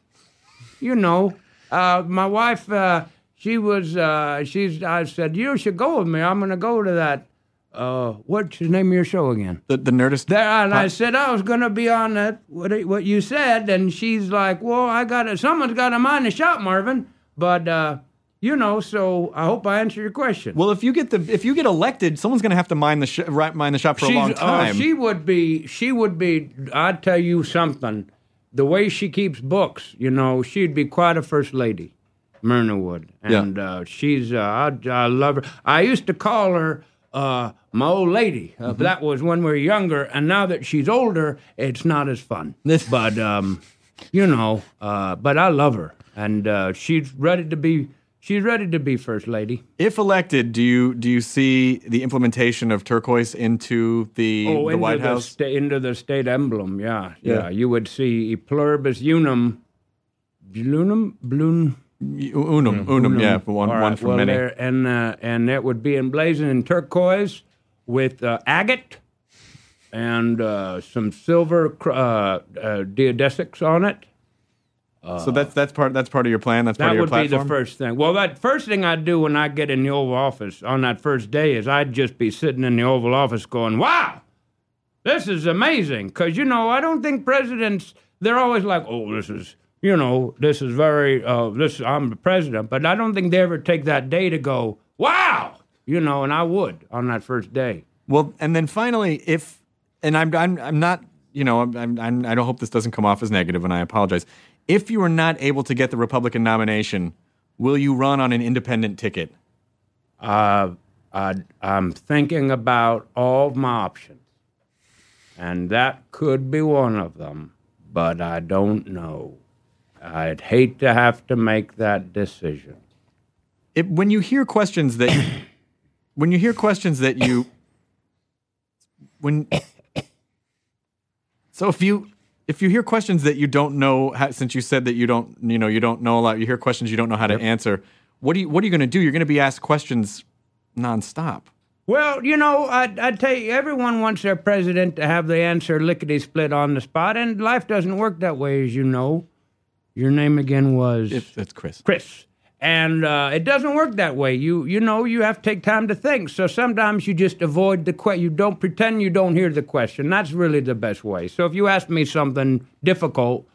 Speaker 6: You know, uh, my wife, uh, she was, uh, she's. I said, you should go with me. I'm going to go to that. Uh, what's the name of your show again?
Speaker 3: The, the Nerdist.
Speaker 6: There, and I
Speaker 3: Huh.
Speaker 6: said I was going to be on that. What, it- what you said, and she's like, well, I got to Someone's got to mind the shop, Marvin. But uh, you know, so I hope I answer your question.
Speaker 3: Well, if you get the if you get elected, someone's going to have to mind the sh- right- mind the shop for a long
Speaker 6: She's- oh,
Speaker 3: time.
Speaker 6: she would be. She would be. I tell you something. The way she keeps books, you know, she'd be quite a first lady, Myrna would.
Speaker 3: Yeah.
Speaker 6: And uh, she's. Uh, I, I love her. I used to call her. Uh, my old lady. Uh,
Speaker 3: Mm-hmm.
Speaker 6: That was when we were younger, and now that she's older, it's not as fun. but um, you know, uh, but I love her, and uh, she's ready to be. She's ready to be first lady.
Speaker 3: If elected, do you do you see the implementation of turquoise into the, the
Speaker 6: Oh, into
Speaker 3: White House?
Speaker 6: sta- into the state emblem. Yeah, yeah.
Speaker 3: Yeah.
Speaker 6: You would see e pluribus unum, blunum, blun,
Speaker 3: Y- Unum, unum, yeah, one,
Speaker 6: All
Speaker 3: one
Speaker 6: right,
Speaker 3: from
Speaker 6: well,
Speaker 3: many.
Speaker 6: there- and uh, and that would be emblazoned in turquoise with uh, agate and uh, some silver cr- uh, uh, geodesics on it.
Speaker 3: so that's that's part that's part of your plan. That's part
Speaker 6: uh, That
Speaker 3: of your
Speaker 6: would be
Speaker 3: platform.
Speaker 6: the first thing. Well, that first thing I'd do when I get in the Oval Office on that first day is I'd just be sitting in the Oval Office going, wow, this is amazing. Because, you know, I don't think presidents, they're always like, oh, this is, you know, this is very, uh, this, I'm the president. But I don't think they ever take that day to go, wow, you know, and I would on that first day.
Speaker 3: Well, and then finally, if and I'm I'm I'm not you know I'm, I'm I'm- I don't hope this doesn't come off as negative, and I apologize. If you are not able to get the Republican nomination, will you run on an independent ticket?
Speaker 6: Uh, I, I'm thinking about all of my options, and that could be one of them, but I don't know. I'd hate to have to make that decision.
Speaker 3: It, when you hear questions that when you hear questions that you when so if you if you hear questions that you don't know how, since you said that you don't you know you don't know a lot you hear questions you don't know how to answer what do you what are you going to do you're going to be asked questions nonstop
Speaker 6: Well, you know, I, I tell you, everyone wants their president to have the answer lickety split on the spot, and life doesn't work that way, as you know. Your name again was
Speaker 3: if that's Chris
Speaker 6: Chris. And uh, it doesn't work that way. You you know you have to take time to think. So sometimes you just avoid the question. You don't pretend you don't hear the question. That's really the best way. So if you ask me something difficult,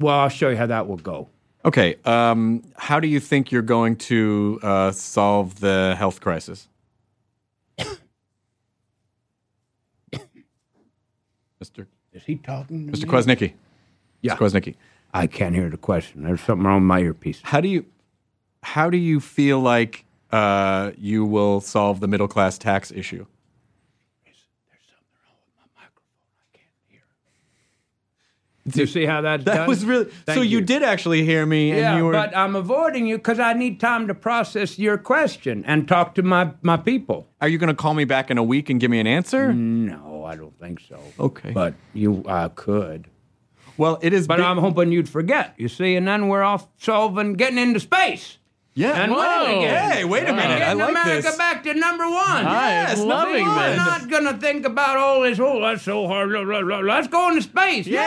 Speaker 6: well, I'll show you how that will go.
Speaker 3: okay um, how do you think you're going to uh, solve the health crisis Mr.
Speaker 6: Is he talking to
Speaker 3: Mr.
Speaker 6: me?
Speaker 3: Kwasnicki
Speaker 6: Yeah.
Speaker 3: Mr. Kwasnicki
Speaker 6: I can't hear the question. There's something wrong with my earpiece.
Speaker 3: how do you how do you feel like uh, you will solve the middle class tax issue?
Speaker 6: Do you see how that's
Speaker 3: That
Speaker 6: done?
Speaker 3: was really
Speaker 6: Thank
Speaker 3: so. You. did actually hear me,
Speaker 6: Yeah,
Speaker 3: and you were
Speaker 6: but I'm avoiding you because I need time to process your question and talk to my, my people.
Speaker 3: are you going to call me back in a week and give me an answer?
Speaker 6: Mm. No, I don't think so.
Speaker 3: Okay.
Speaker 6: But you I could.
Speaker 3: Well, it is.
Speaker 6: But
Speaker 3: bi-
Speaker 6: I'm hoping you'd forget, you see, and then we're off solving getting into space.
Speaker 3: yeah.
Speaker 6: And winning again.
Speaker 3: Hey, wait a minute!
Speaker 6: Getting
Speaker 3: I like
Speaker 6: America
Speaker 3: this.
Speaker 6: back to number one.
Speaker 3: Yes,
Speaker 4: I'm
Speaker 3: number
Speaker 4: loving
Speaker 3: one.
Speaker 6: We're
Speaker 4: this.
Speaker 6: not gonna think about all this. Oh, that's so hard. Blah, blah, blah. Let's go into space.
Speaker 3: Yay!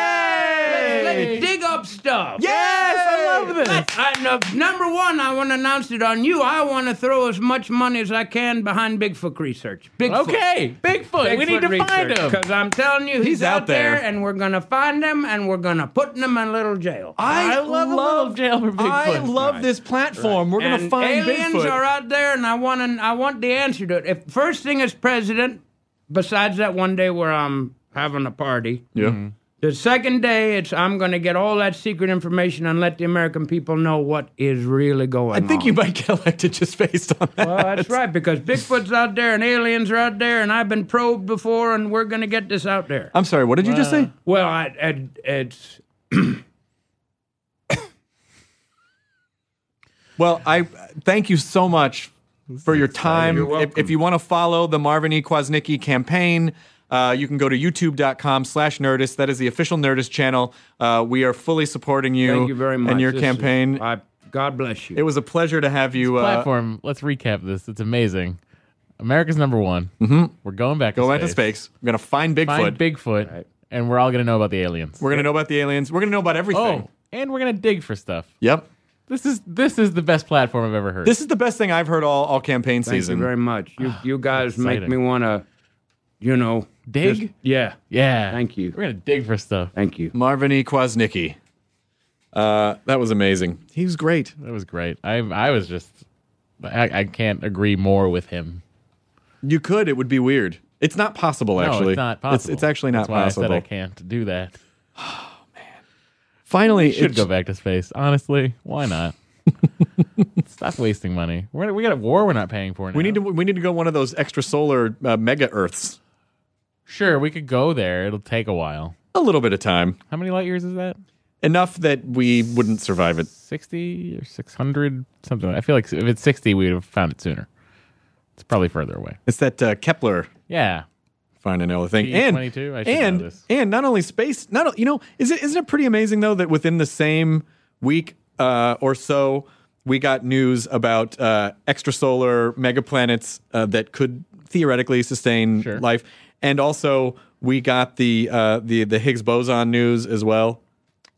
Speaker 6: Let's dig up stuff.
Speaker 3: Yes, I love this.
Speaker 6: That's- I, no, number one, I want to announce it on you. I want to throw as much money as I can behind Bigfoot research. Bigfoot.
Speaker 4: Okay, Bigfoot. we need to find him.
Speaker 6: because I'm telling you, he's,
Speaker 3: He's out
Speaker 6: out there.
Speaker 3: there.
Speaker 6: and we're gonna find him, and we're gonna put him in a little jail.
Speaker 3: I,
Speaker 4: I love a little jail for Bigfoot.
Speaker 3: I love this platform. We're going to
Speaker 6: And
Speaker 3: find
Speaker 6: aliens
Speaker 3: Bigfoot.
Speaker 6: are out there, and I want an, I want the answer to it. If first thing is president, besides that one day where I'm having a party,
Speaker 3: yeah.
Speaker 6: the second day it's I'm going to get all that secret information and let the American people know what is really going
Speaker 3: I
Speaker 6: on.
Speaker 3: think you might get elected just based on that.
Speaker 6: Well, that's right because Bigfoot's out there and aliens are out there, and I've been probed before, and we're going to get this out there.
Speaker 3: I'm sorry. What did you just say?
Speaker 6: Well, I, I, it's
Speaker 3: Well, I thank you so much for your time. If, if you want to follow the Marvin E. Kwasnicki campaign, uh, you can go to youtube.com slash Nerdist. That is the official Nerdist channel. Uh, we are fully supporting you,
Speaker 6: thank you very much.
Speaker 3: and your
Speaker 6: This is-
Speaker 3: campaign.
Speaker 6: I, God bless you.
Speaker 3: it was a pleasure to have you. Uh,
Speaker 4: platform. Let's recap this. It's amazing. America's number one. We're going back.
Speaker 3: go
Speaker 4: to
Speaker 3: Mm-hmm. back to
Speaker 4: space.
Speaker 3: space. We're going to find Bigfoot.
Speaker 4: Find Bigfoot, and we're all gonna know about the aliens.
Speaker 3: We're going to know about the aliens. We're going to know about everything.
Speaker 4: oh, and we're gonna dig for stuff.
Speaker 3: Yep.
Speaker 4: This is this is the best platform I've ever heard.
Speaker 3: This is the best thing I've heard all, all campaign
Speaker 6: Thank
Speaker 3: season.
Speaker 6: you very much. You you guys make
Speaker 4: Exciting.
Speaker 6: me want to, you know,
Speaker 4: Dig?
Speaker 6: just- yeah,
Speaker 4: yeah.
Speaker 6: Thank you.
Speaker 4: We're gonna dig for stuff.
Speaker 6: thank you.
Speaker 3: Marvin E. Kwasnicki. Uh, that was amazing. He was great.
Speaker 4: That was great. I I was just I, I can't agree more with him.
Speaker 3: You could. It would be weird. It's not possible, actually.
Speaker 4: no, it's not possible.
Speaker 3: It's, it's actually not
Speaker 4: That's why
Speaker 3: possible.
Speaker 4: I said I can't do that.
Speaker 3: Finally,
Speaker 4: Should
Speaker 3: it's-
Speaker 4: go back to space. Honestly, why not? Stop wasting money. We're, we got a war we're not paying for. Now.
Speaker 3: We need to. We need to go one of those extrasolar uh, mega Earths.
Speaker 4: Sure, we could go there. It'll take a while.
Speaker 3: A little bit of time,
Speaker 4: How many light years is that?
Speaker 3: enough that we wouldn't survive it.
Speaker 4: 60 or 600 something i feel like if it's 60 we would have found it sooner it's probably further away
Speaker 3: It's that uh, Kepler
Speaker 4: yeah
Speaker 3: finding all the thing.
Speaker 4: P22? I
Speaker 3: and
Speaker 4: should know
Speaker 3: and
Speaker 4: this.
Speaker 3: and not only space. Not o- you know. Is it isn't it pretty amazing though that within the same week uh, or so, we got news about uh, extrasolar megaplanets uh, that could theoretically sustain
Speaker 4: Sure.
Speaker 3: life, and also we got the uh, the the Higgs boson news as well.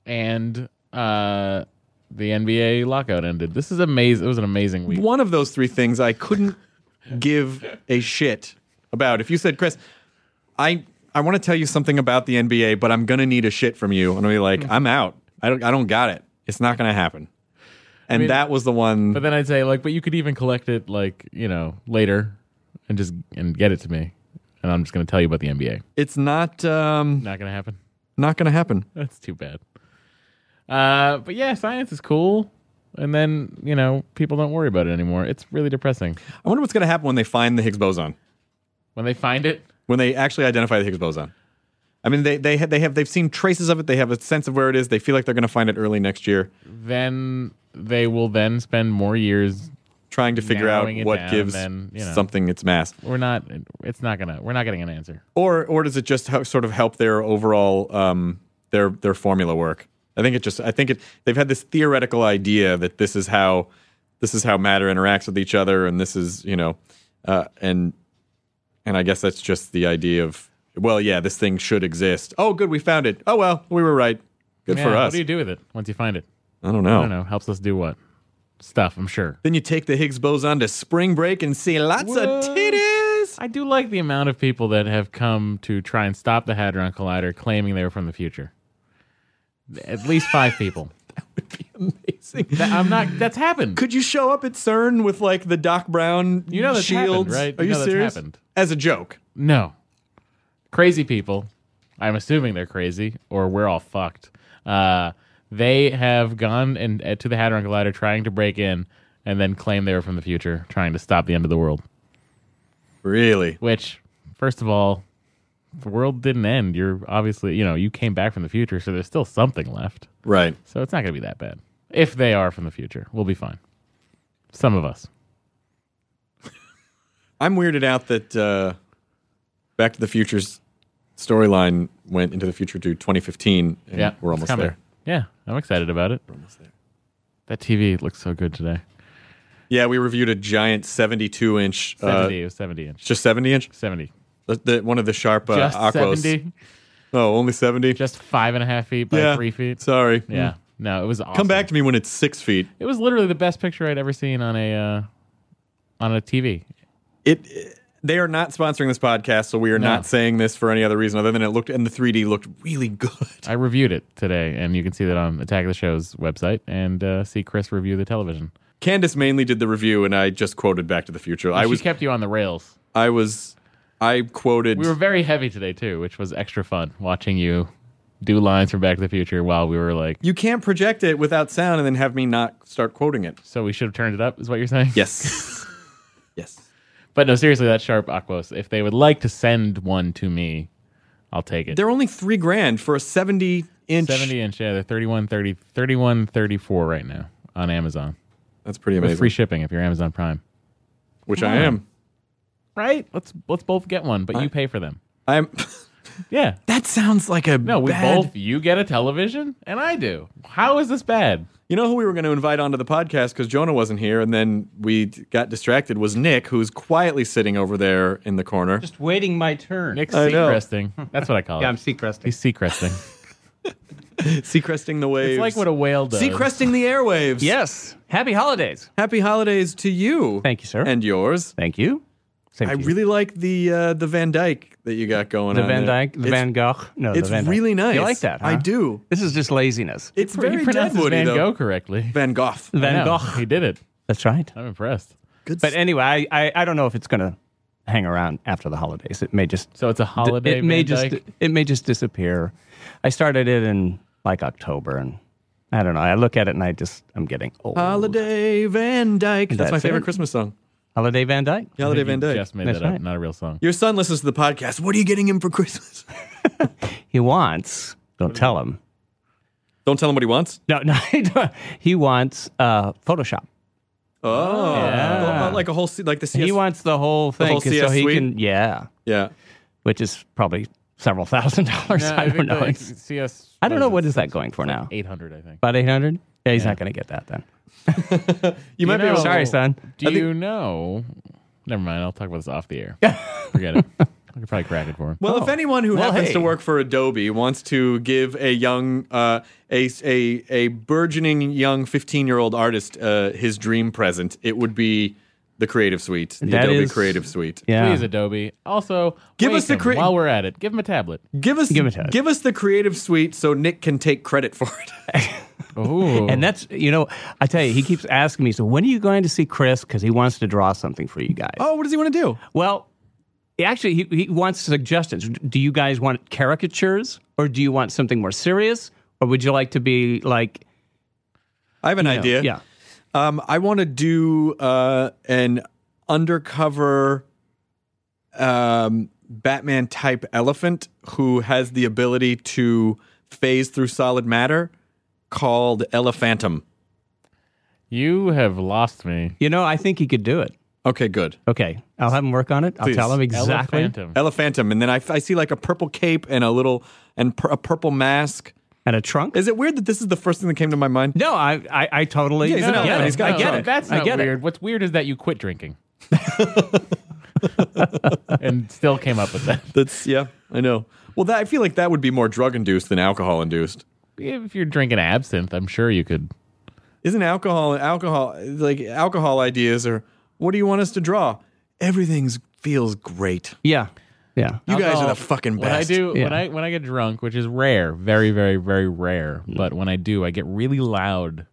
Speaker 4: and uh, the NBA lockout ended. This is amazing. It was an amazing week.
Speaker 3: One of those three things I couldn't give a shit about. If you said, Chris, I I want to tell you something about the NBA, but I'm gonna need a shit from you, and I'll be
Speaker 4: Mm.
Speaker 3: like, I'm out. I don't I don't got it. It's not gonna happen. And that was the one.
Speaker 4: But then I'd say like, but you could even collect it like you know later, and just and get it to me, and I'm just gonna tell you about the NBA.
Speaker 3: it's not um,
Speaker 4: Not gonna happen.
Speaker 3: not gonna happen.
Speaker 4: That's too bad. Uh, but yeah, science is cool. And then you know people don't worry about it anymore. It's really depressing
Speaker 3: I wonder what's gonna happen when they find the Higgs boson.
Speaker 4: when they find it.
Speaker 3: when they actually identify the Higgs boson. I mean, they they ha- they have they've seen traces of it. They have a sense of where it is. They feel like they're going to find it early next year,
Speaker 4: Then they will then spend more years.
Speaker 3: trying to figure out
Speaker 4: Narrowing it
Speaker 3: what
Speaker 4: down,
Speaker 3: gives
Speaker 4: then, you know.
Speaker 3: something its mass.
Speaker 4: We're not. It's not gonna. We're not getting an answer.
Speaker 3: Or or does it just help, sort of help their overall um, their their formula work? I think it just I think it they've had this theoretical idea that this is how this is how matter interacts with each other, and this is you know, uh, and and I guess that's just the idea of well, yeah, this thing should exist. Oh, good, we found it. Oh well, we were right. Good
Speaker 4: Yeah,
Speaker 3: for us. Oh.
Speaker 4: What do you do with it once you find it?
Speaker 3: I don't know.
Speaker 4: I don't know. Helps us do what? Stuff, I'm sure.
Speaker 3: Then you take the Higgs boson to spring break and see lots of
Speaker 4: What?
Speaker 3: titties.
Speaker 4: I do like the amount of people that have come to try and stop the Hadron Collider claiming they were from the future. At least five people.
Speaker 3: Amazing.
Speaker 4: That- I'm not. That's happened.
Speaker 3: Could you show up at CERN with like the Doc Brown
Speaker 4: You know that's
Speaker 3: shields?
Speaker 4: happened, right?
Speaker 3: Are
Speaker 4: You
Speaker 3: you,
Speaker 4: know that's
Speaker 3: serious?
Speaker 4: happened.
Speaker 3: As a joke.
Speaker 4: No. Crazy people. I'm assuming they're crazy, or we're all fucked. Uh, they have gone and uh, to the Hadron Collider trying to break in, and then claim they were from the future, trying to stop the end of the world.
Speaker 3: Really?
Speaker 4: Which, first of all, the world didn't end. You're obviously, you know, you came back from the future, so there's still something left.
Speaker 3: Right.
Speaker 4: So it's not going to be that bad. If they are from the future, we'll be fine. Some of us.
Speaker 3: I'm weirded out that uh, Back to the Future's storyline went into the future to 2015. And
Speaker 4: Yeah.
Speaker 3: We're
Speaker 4: it's
Speaker 3: almost
Speaker 4: coming.
Speaker 3: there.
Speaker 4: Yeah. I'm excited about it.
Speaker 3: Almost there.
Speaker 4: That TV looks so good today.
Speaker 3: Yeah, we reviewed a giant 72 inch. Uh,
Speaker 4: 70. it was 70 inch.
Speaker 3: just 70 inch?
Speaker 4: 70.
Speaker 3: The, the- one of the sharp uh,
Speaker 4: Just
Speaker 3: Aquos.
Speaker 4: 70.
Speaker 3: Oh, only 70?
Speaker 4: Just five and a half feet by
Speaker 3: yeah.
Speaker 4: three feet.
Speaker 3: Sorry.
Speaker 4: yeah. No, it was awesome.
Speaker 3: Come back to me when it's six feet.
Speaker 4: It was literally the best picture I'd ever seen on a uh, on a TV.
Speaker 3: It. They are not sponsoring this podcast, so we are
Speaker 4: No.
Speaker 3: not saying this for any other reason other than it looked and the 3D looked really good.
Speaker 4: I reviewed it today, and you can see that on Attack of the Show's website and uh, see Chris review the television.
Speaker 3: Candace mainly did the review, and I just quoted Back to the Future. I
Speaker 4: she
Speaker 3: was,
Speaker 4: kept you on the rails.
Speaker 3: I was, I quoted.
Speaker 4: We were very heavy today too, which was extra fun watching you do lines from Back to the Future while we were like.
Speaker 3: you can't project it without sound, and then have me not start quoting it.
Speaker 4: So we should have turned it up, is what you're saying?
Speaker 3: Yes, yes.
Speaker 4: But no, seriously, that sharp Aquos. If they would like to send one to me, I'll take it.
Speaker 3: They're only three grand for a seventy-inch.
Speaker 4: 70 inch, yeah, they're 31, 30, 31, 34 right now on Amazon.
Speaker 3: That's pretty
Speaker 4: With
Speaker 3: amazing.
Speaker 4: free shipping if you're Amazon Prime.
Speaker 3: which I am.
Speaker 4: Right? Let's let's both get one, but you pay for them.
Speaker 3: I'm.
Speaker 4: Yeah.
Speaker 3: that sounds like a
Speaker 4: No, we
Speaker 3: bad-
Speaker 4: both you get a television and I do. How is this bad?
Speaker 3: You know who we were going to invite onto the podcast because Jonah wasn't here, and then we d- got distracted. Was Nick, who's quietly sitting over there in the corner.
Speaker 7: Just waiting my turn.
Speaker 4: Nick's
Speaker 3: I know.
Speaker 4: seacresting. That's what I call
Speaker 7: yeah,
Speaker 4: it.
Speaker 7: I'm seacresting.
Speaker 4: He's seacresting.
Speaker 3: Seacresting the waves.
Speaker 4: it's like what a whale does.
Speaker 3: Seacresting the airwaves.
Speaker 7: Yes. Happy holidays.
Speaker 3: Happy holidays to you.
Speaker 7: Thank you, sir.
Speaker 3: And yours.
Speaker 7: Thank you. Same
Speaker 3: I
Speaker 7: to you.
Speaker 3: really like the uh, the Van Dyke that you got going
Speaker 7: the
Speaker 3: on.
Speaker 7: Van
Speaker 3: there.
Speaker 7: Dyke, the
Speaker 3: It's-
Speaker 7: Van Gogh. No, the
Speaker 3: It's
Speaker 7: Van Dyke.
Speaker 3: really nice.
Speaker 7: You like that?
Speaker 3: I
Speaker 7: huh?
Speaker 3: do.
Speaker 7: This is just laziness.
Speaker 3: It's
Speaker 4: He
Speaker 3: very
Speaker 4: pronounces
Speaker 3: Deadwoody,
Speaker 4: Van
Speaker 3: though.
Speaker 4: Gogh correctly.
Speaker 3: Van Gogh.
Speaker 4: I
Speaker 7: Van
Speaker 4: know.
Speaker 7: Gogh.
Speaker 4: He did it.
Speaker 7: That's right.
Speaker 4: I'm impressed.
Speaker 3: Good
Speaker 7: But
Speaker 3: stuff.
Speaker 7: anyway, I, I, I don't know if it's going to hang around after the holidays. It may just
Speaker 4: So it's a holiday.
Speaker 7: it may
Speaker 4: Van
Speaker 7: just
Speaker 4: Dyke?
Speaker 7: it may just disappear. I started it in like October, and I don't know. I look at it and I just I'm getting old.
Speaker 3: Holiday Van Dyke. That's,
Speaker 7: That's
Speaker 3: my favorite
Speaker 7: it.
Speaker 3: Christmas song.
Speaker 7: Holiday Van Dyke.
Speaker 3: Holiday
Speaker 4: You
Speaker 3: Van Dyke.
Speaker 4: Just made
Speaker 7: That's
Speaker 4: that up.
Speaker 7: right.
Speaker 4: Not a real song.
Speaker 3: Your son listens to the podcast. What are you getting him for Christmas?
Speaker 7: He wants. Don't tell him.
Speaker 3: Don't tell him what he wants.
Speaker 7: No, no. I don't. he wants uh, Photoshop.
Speaker 3: Oh,
Speaker 7: Yeah.
Speaker 3: like a whole se- like the CS.
Speaker 7: He wants the whole thing
Speaker 3: whole
Speaker 7: 'cause
Speaker 3: CS
Speaker 7: so he
Speaker 3: suite?
Speaker 7: can yeah,
Speaker 3: yeah.
Speaker 7: which is probably several thousand dollars. I,
Speaker 4: No,
Speaker 7: don't
Speaker 4: think
Speaker 7: know.
Speaker 4: the
Speaker 7: It's
Speaker 4: CS
Speaker 7: I don't know what is that
Speaker 4: it's
Speaker 7: going for
Speaker 4: like
Speaker 7: now.
Speaker 4: 800, I think.
Speaker 7: about eight hundred. Yeah, he's not going to get that then.
Speaker 4: You
Speaker 7: might be able- Sorry, son.
Speaker 4: Do
Speaker 7: I think-
Speaker 4: you know? Never mind. I'll talk about this off the air. Forget it. I could probably crack it for him.
Speaker 3: Well, if anyone who
Speaker 7: Oh. Well,
Speaker 3: happens
Speaker 7: hey.
Speaker 3: to work for Adobe wants to give a young, uh, a, a a burgeoning young fifteen-year-old artist uh, his dream present, it would be the Creative Suite, the
Speaker 7: That
Speaker 3: Adobe
Speaker 7: is-
Speaker 3: Creative Suite.
Speaker 7: Yeah.
Speaker 4: Please, Adobe. Also,
Speaker 3: Give
Speaker 4: wake
Speaker 3: us the
Speaker 4: him
Speaker 3: cre-
Speaker 4: while we're at it. Give him a tablet.
Speaker 3: Give us,
Speaker 7: Give it to us.
Speaker 3: give us the Creative Suite so Nick can take credit for it.
Speaker 4: Ooh.
Speaker 7: And that's, you know, I tell you, he keeps asking me, so when are you going to see Chris? Because he wants to draw something for you guys.
Speaker 3: oh, what does he want to do?
Speaker 7: Well, actually, he, he wants suggestions. Do you guys want caricatures or do you want something more serious? Or would you like to be like,
Speaker 3: I have an
Speaker 7: you know,
Speaker 3: idea.
Speaker 7: Yeah.
Speaker 3: Um, I want to do uh, an undercover um, Batman type elephant who has the ability to phase through solid matter called Elephantum.
Speaker 4: you have lost me.
Speaker 7: You know, I think he could do it.
Speaker 3: Okay, good.
Speaker 7: Okay. I'll have him work on it. I'll
Speaker 3: Please.
Speaker 7: tell him exactly.
Speaker 4: Elephantum.
Speaker 3: Elephantum. And then I, I see like a purple cape and a little, and pur- a purple mask.
Speaker 7: And a trunk?
Speaker 3: Is it weird that this is the first thing that came to my mind?
Speaker 7: no, I, I, I totally.
Speaker 3: Yeah, he's an
Speaker 7: I get
Speaker 3: elephant.
Speaker 7: it.
Speaker 3: He's got a
Speaker 7: I get
Speaker 3: trunk.
Speaker 7: it.
Speaker 4: That's
Speaker 7: I
Speaker 4: not
Speaker 7: get it.
Speaker 4: weird. What's weird is that you quit drinking. and still came up with that.
Speaker 3: That's, yeah, I know. Well, that, I feel like that would be more drug induced than alcohol induced.
Speaker 4: If you're drinking absinthe, I'm sure you could.
Speaker 3: isn't alcohol alcohol like alcohol ideas or what do you want us to draw? Everything's feels great.
Speaker 7: Yeah. Yeah.
Speaker 3: You guys are
Speaker 4: Alcohol-
Speaker 3: the fucking best.
Speaker 4: What I do when
Speaker 7: Yeah.
Speaker 4: I when I get drunk, which is rare, very very very rare, but when I do, I get really loud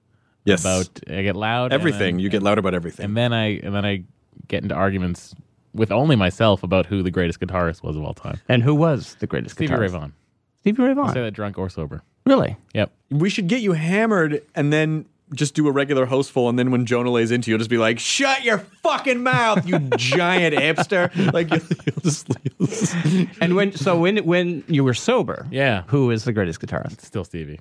Speaker 3: yes.
Speaker 4: about I get loud and
Speaker 3: everything.
Speaker 4: then-
Speaker 3: you get loud about everything.
Speaker 4: and then I and then I get into arguments with only myself about who the greatest guitarist was of all time.
Speaker 7: And who was the greatest
Speaker 4: Stevie
Speaker 7: guitarist?
Speaker 4: Ray Vaughan.
Speaker 7: Stevie Ray
Speaker 4: I'll say
Speaker 7: Vaughan.
Speaker 4: that drunk or sober.
Speaker 7: Really?
Speaker 4: Yep.
Speaker 3: we should get you hammered and then just do a regular hostful and then when Jonah lays into you, you'll just be like, "Shut your fucking mouth, you giant hipster!" Like you'll, you'll just, you'll just-
Speaker 7: And when so when when you were sober,
Speaker 4: Yeah.
Speaker 7: who is the greatest guitarist?
Speaker 4: Still Stevie.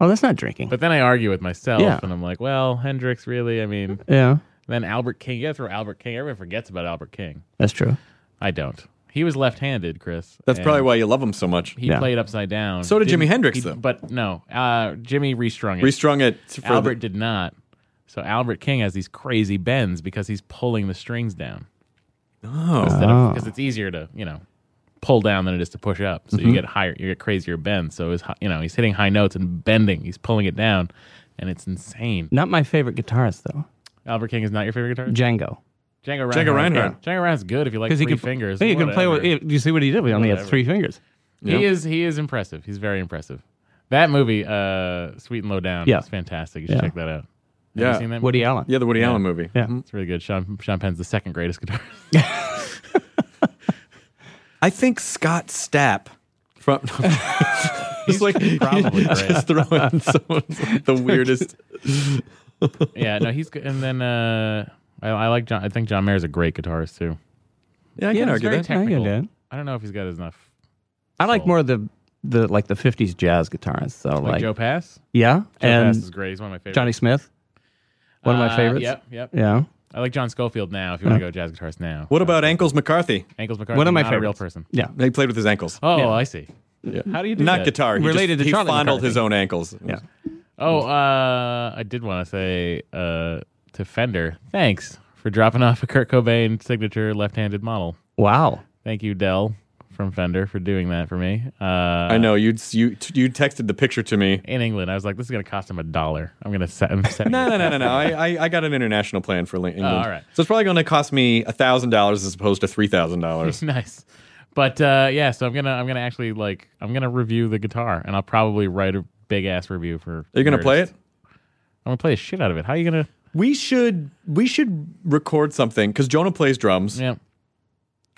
Speaker 7: Oh, that's not drinking.
Speaker 4: But then I argue with myself
Speaker 7: Yeah.
Speaker 4: and I'm like, well, Hendrix really, I mean,
Speaker 7: yeah,
Speaker 4: then Albert King, you gotta throw Albert King. Everyone forgets about Albert King.
Speaker 7: that's true.
Speaker 4: I don't. He was left-handed, Chris.
Speaker 3: that's
Speaker 4: and
Speaker 3: probably why you love him so much.
Speaker 4: he
Speaker 7: Yeah.
Speaker 4: played upside down.
Speaker 3: So did
Speaker 4: Didn't-
Speaker 3: Jimi Hendrix,
Speaker 4: he-
Speaker 3: though.
Speaker 4: But no, uh, Jimmy restrung it.
Speaker 3: Restrung it. For the-
Speaker 4: Albert did not. So Albert King has these crazy bends because he's pulling the strings down. Oh,
Speaker 7: Ah.
Speaker 4: because it's easier to you know pull down than it is to push up. So
Speaker 7: Mm-hmm.
Speaker 4: you get higher, you get crazier bends. So his hi- you know he's hitting high notes and bending. He's pulling it down, and it's insane.
Speaker 7: Not my favorite guitarist though,
Speaker 4: Albert King is not your favorite guitarist.
Speaker 7: Django,
Speaker 4: Django Reinhardt.
Speaker 3: Django Reinhardt.
Speaker 4: Django Reinhardt's good if you like
Speaker 7: because
Speaker 4: three
Speaker 7: he could
Speaker 4: fingers.
Speaker 7: He could play with.
Speaker 4: whatever.
Speaker 7: You see what he did? We only had
Speaker 4: Whatever.
Speaker 7: three fingers.
Speaker 4: He is he is impressive. He's very impressive. That movie, uh, Sweet and Low Down,
Speaker 7: Yeah.
Speaker 4: is fantastic. You should
Speaker 7: Yeah.
Speaker 4: check that out. Have
Speaker 3: Yeah.
Speaker 4: you seen that?
Speaker 7: Woody Allen.
Speaker 3: yeah, the Woody Allen movie. Mm-hmm.
Speaker 7: Yeah.
Speaker 4: It's really good. Sean Sean Penn's the second greatest guitarist.
Speaker 3: I think Scott Stapp from just like
Speaker 4: probably great.
Speaker 3: just throwing someone the weirdest.
Speaker 4: yeah, no, he's good. And then uh, I, I like John. I think John Mayer's a great guitarist too.
Speaker 3: Yeah, I can
Speaker 7: it's
Speaker 3: argue
Speaker 7: very
Speaker 3: that.
Speaker 7: tech- I
Speaker 4: Technical.
Speaker 7: get it.
Speaker 4: I don't know if he's got enough.
Speaker 7: I like
Speaker 4: Soul.
Speaker 7: more the the like the '50s jazz guitarists. So
Speaker 4: Like,
Speaker 7: like,
Speaker 4: Joe Pass. Joe
Speaker 7: yeah,
Speaker 4: Pass is
Speaker 7: and
Speaker 4: great. He's one of my favorites.
Speaker 7: Johnny Smith, one of my
Speaker 4: Uh,
Speaker 7: favorites.
Speaker 4: Yep, yep.
Speaker 7: Yeah.
Speaker 4: I like John Schofield now. If you want to go jazz guitarist now,
Speaker 3: What about Ankles McCarthy?
Speaker 4: Ankles McCartney?
Speaker 7: One of my
Speaker 4: not a real
Speaker 7: favorites.
Speaker 4: person.
Speaker 7: Yeah.
Speaker 3: He played with his ankles.
Speaker 4: Oh, I see. How do you do
Speaker 3: Not
Speaker 4: that?
Speaker 3: guitar. He
Speaker 7: Related
Speaker 3: just,
Speaker 7: to
Speaker 3: he
Speaker 7: Charlie
Speaker 3: fondled
Speaker 7: McCarthy.
Speaker 3: his own ankles.
Speaker 7: Yeah.
Speaker 4: Oh, uh, I did want to say uh, to Fender, thanks for dropping off a Kurt Cobain signature left-handed model.
Speaker 7: Wow.
Speaker 4: Thank you, Dell from Fender, for doing that for me. Uh,
Speaker 3: I know you you you texted the picture to me.
Speaker 4: In England, I was like, this is going to cost him a dollar. I'm going to set him. set him-
Speaker 3: No, no, no, no, no. I, I, I got an international plan for England.
Speaker 4: Oh, all right.
Speaker 3: So it's probably going to cost me thousand dollars as opposed to three thousand dollars.
Speaker 4: nice. But uh, yeah, so I'm gonna I'm gonna actually like I'm gonna review the guitar, and I'll probably write a big ass review for.
Speaker 3: Are you going to play it?
Speaker 4: I'm gonna play the shit out of it. How are you gonna?
Speaker 3: We should we should record something because Jonah plays drums.
Speaker 4: Yeah.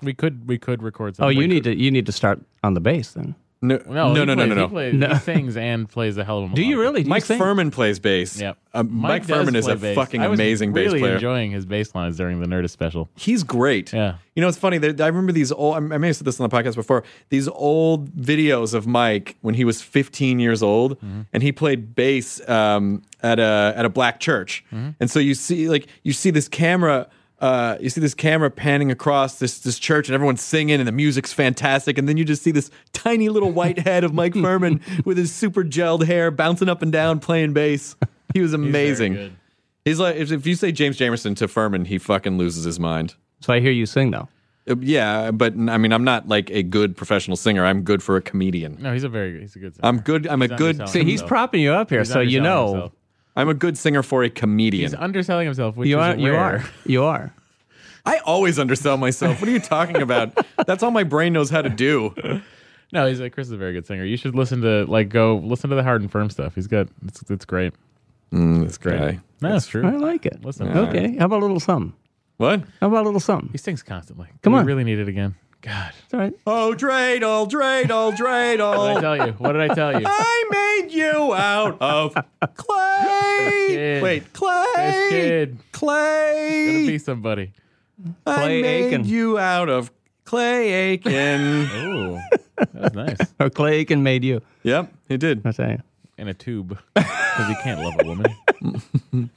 Speaker 4: We could we could record.
Speaker 7: Oh,
Speaker 4: something.
Speaker 7: you need to you need to start on the bass then.
Speaker 3: No,
Speaker 4: No,
Speaker 3: no, no,
Speaker 4: he
Speaker 3: no, no,
Speaker 4: plays, He,
Speaker 3: no.
Speaker 4: plays, he sings and plays a hell of a.
Speaker 7: Do you
Speaker 4: melodica.
Speaker 7: really? Do you
Speaker 3: Mike
Speaker 7: sing?
Speaker 3: Furman plays bass.
Speaker 4: Yep.
Speaker 3: Uh, Mike,
Speaker 4: does
Speaker 3: Furman is
Speaker 4: play
Speaker 3: a
Speaker 4: bass.
Speaker 3: fucking
Speaker 4: I was
Speaker 3: amazing
Speaker 4: really
Speaker 3: bass player.
Speaker 4: enjoying his bass lines during the Nerdist special.
Speaker 3: He's great.
Speaker 4: Yeah.
Speaker 3: You know, it's funny. There, I remember these old, I may have said this on the podcast before, these old videos of Mike when he was 15 years old
Speaker 4: Mm-hmm.
Speaker 3: and he played bass um, at, a, at a black church.
Speaker 4: Mm-hmm.
Speaker 3: And so you see, like, you see this camera. Uh, you see this camera panning across this this church, and everyone's singing, and the music's fantastic. And then you just see this tiny little white head of Mike Furman with his super gelled hair bouncing up and down, playing bass. He was amazing. He's,
Speaker 4: good.
Speaker 3: like, if, if you say James Jamerson to Furman, he fucking loses his mind.
Speaker 6: So I hear you sing though.
Speaker 3: Uh, Yeah, but n- I mean, I'm not like a good professional singer. I'm good for a comedian.
Speaker 4: No, he's a very he's a good. Singer.
Speaker 3: I'm good. I'm
Speaker 4: He's
Speaker 3: a
Speaker 4: not
Speaker 3: good.
Speaker 4: yourself.
Speaker 6: See, he's
Speaker 4: No.
Speaker 6: propping you up here,
Speaker 4: He's
Speaker 6: so you
Speaker 4: underselling
Speaker 6: know
Speaker 4: himself.
Speaker 3: I'm a good singer for a comedian.
Speaker 4: he's underselling himself. Which
Speaker 6: you
Speaker 4: is
Speaker 6: are. You
Speaker 4: rare.
Speaker 6: are. You are.
Speaker 3: I always undersell myself. What are you talking about? That's all my brain knows how to do.
Speaker 4: No, he's like Chris is a very good singer. You should listen to like go listen to the hard and firm stuff. He's got it's it's great.
Speaker 3: That's great.
Speaker 4: No, that's true.
Speaker 6: I like it.
Speaker 4: Listen.
Speaker 6: Okay. How about a little something?
Speaker 3: What?
Speaker 6: How about a little something?
Speaker 4: He sings constantly.
Speaker 6: Come
Speaker 4: we
Speaker 6: on.
Speaker 4: really need it again. God,
Speaker 6: It's all right.
Speaker 3: Oh, dreidel, dreidel,
Speaker 4: what did I
Speaker 3: dreidel.
Speaker 4: tell you? What did I tell you?
Speaker 3: I made you out of clay.
Speaker 4: kid.
Speaker 3: Wait, clay.
Speaker 4: This kid gonna
Speaker 3: Clay.
Speaker 4: be somebody.
Speaker 3: I
Speaker 6: Clay
Speaker 3: made
Speaker 6: Aiken.
Speaker 3: you out of clay Aiken.
Speaker 4: Ooh, that was nice.
Speaker 6: Or Oh, Clay Aiken made you.
Speaker 3: yep, he did.
Speaker 6: I say.
Speaker 4: In a tube, because you can't love a woman.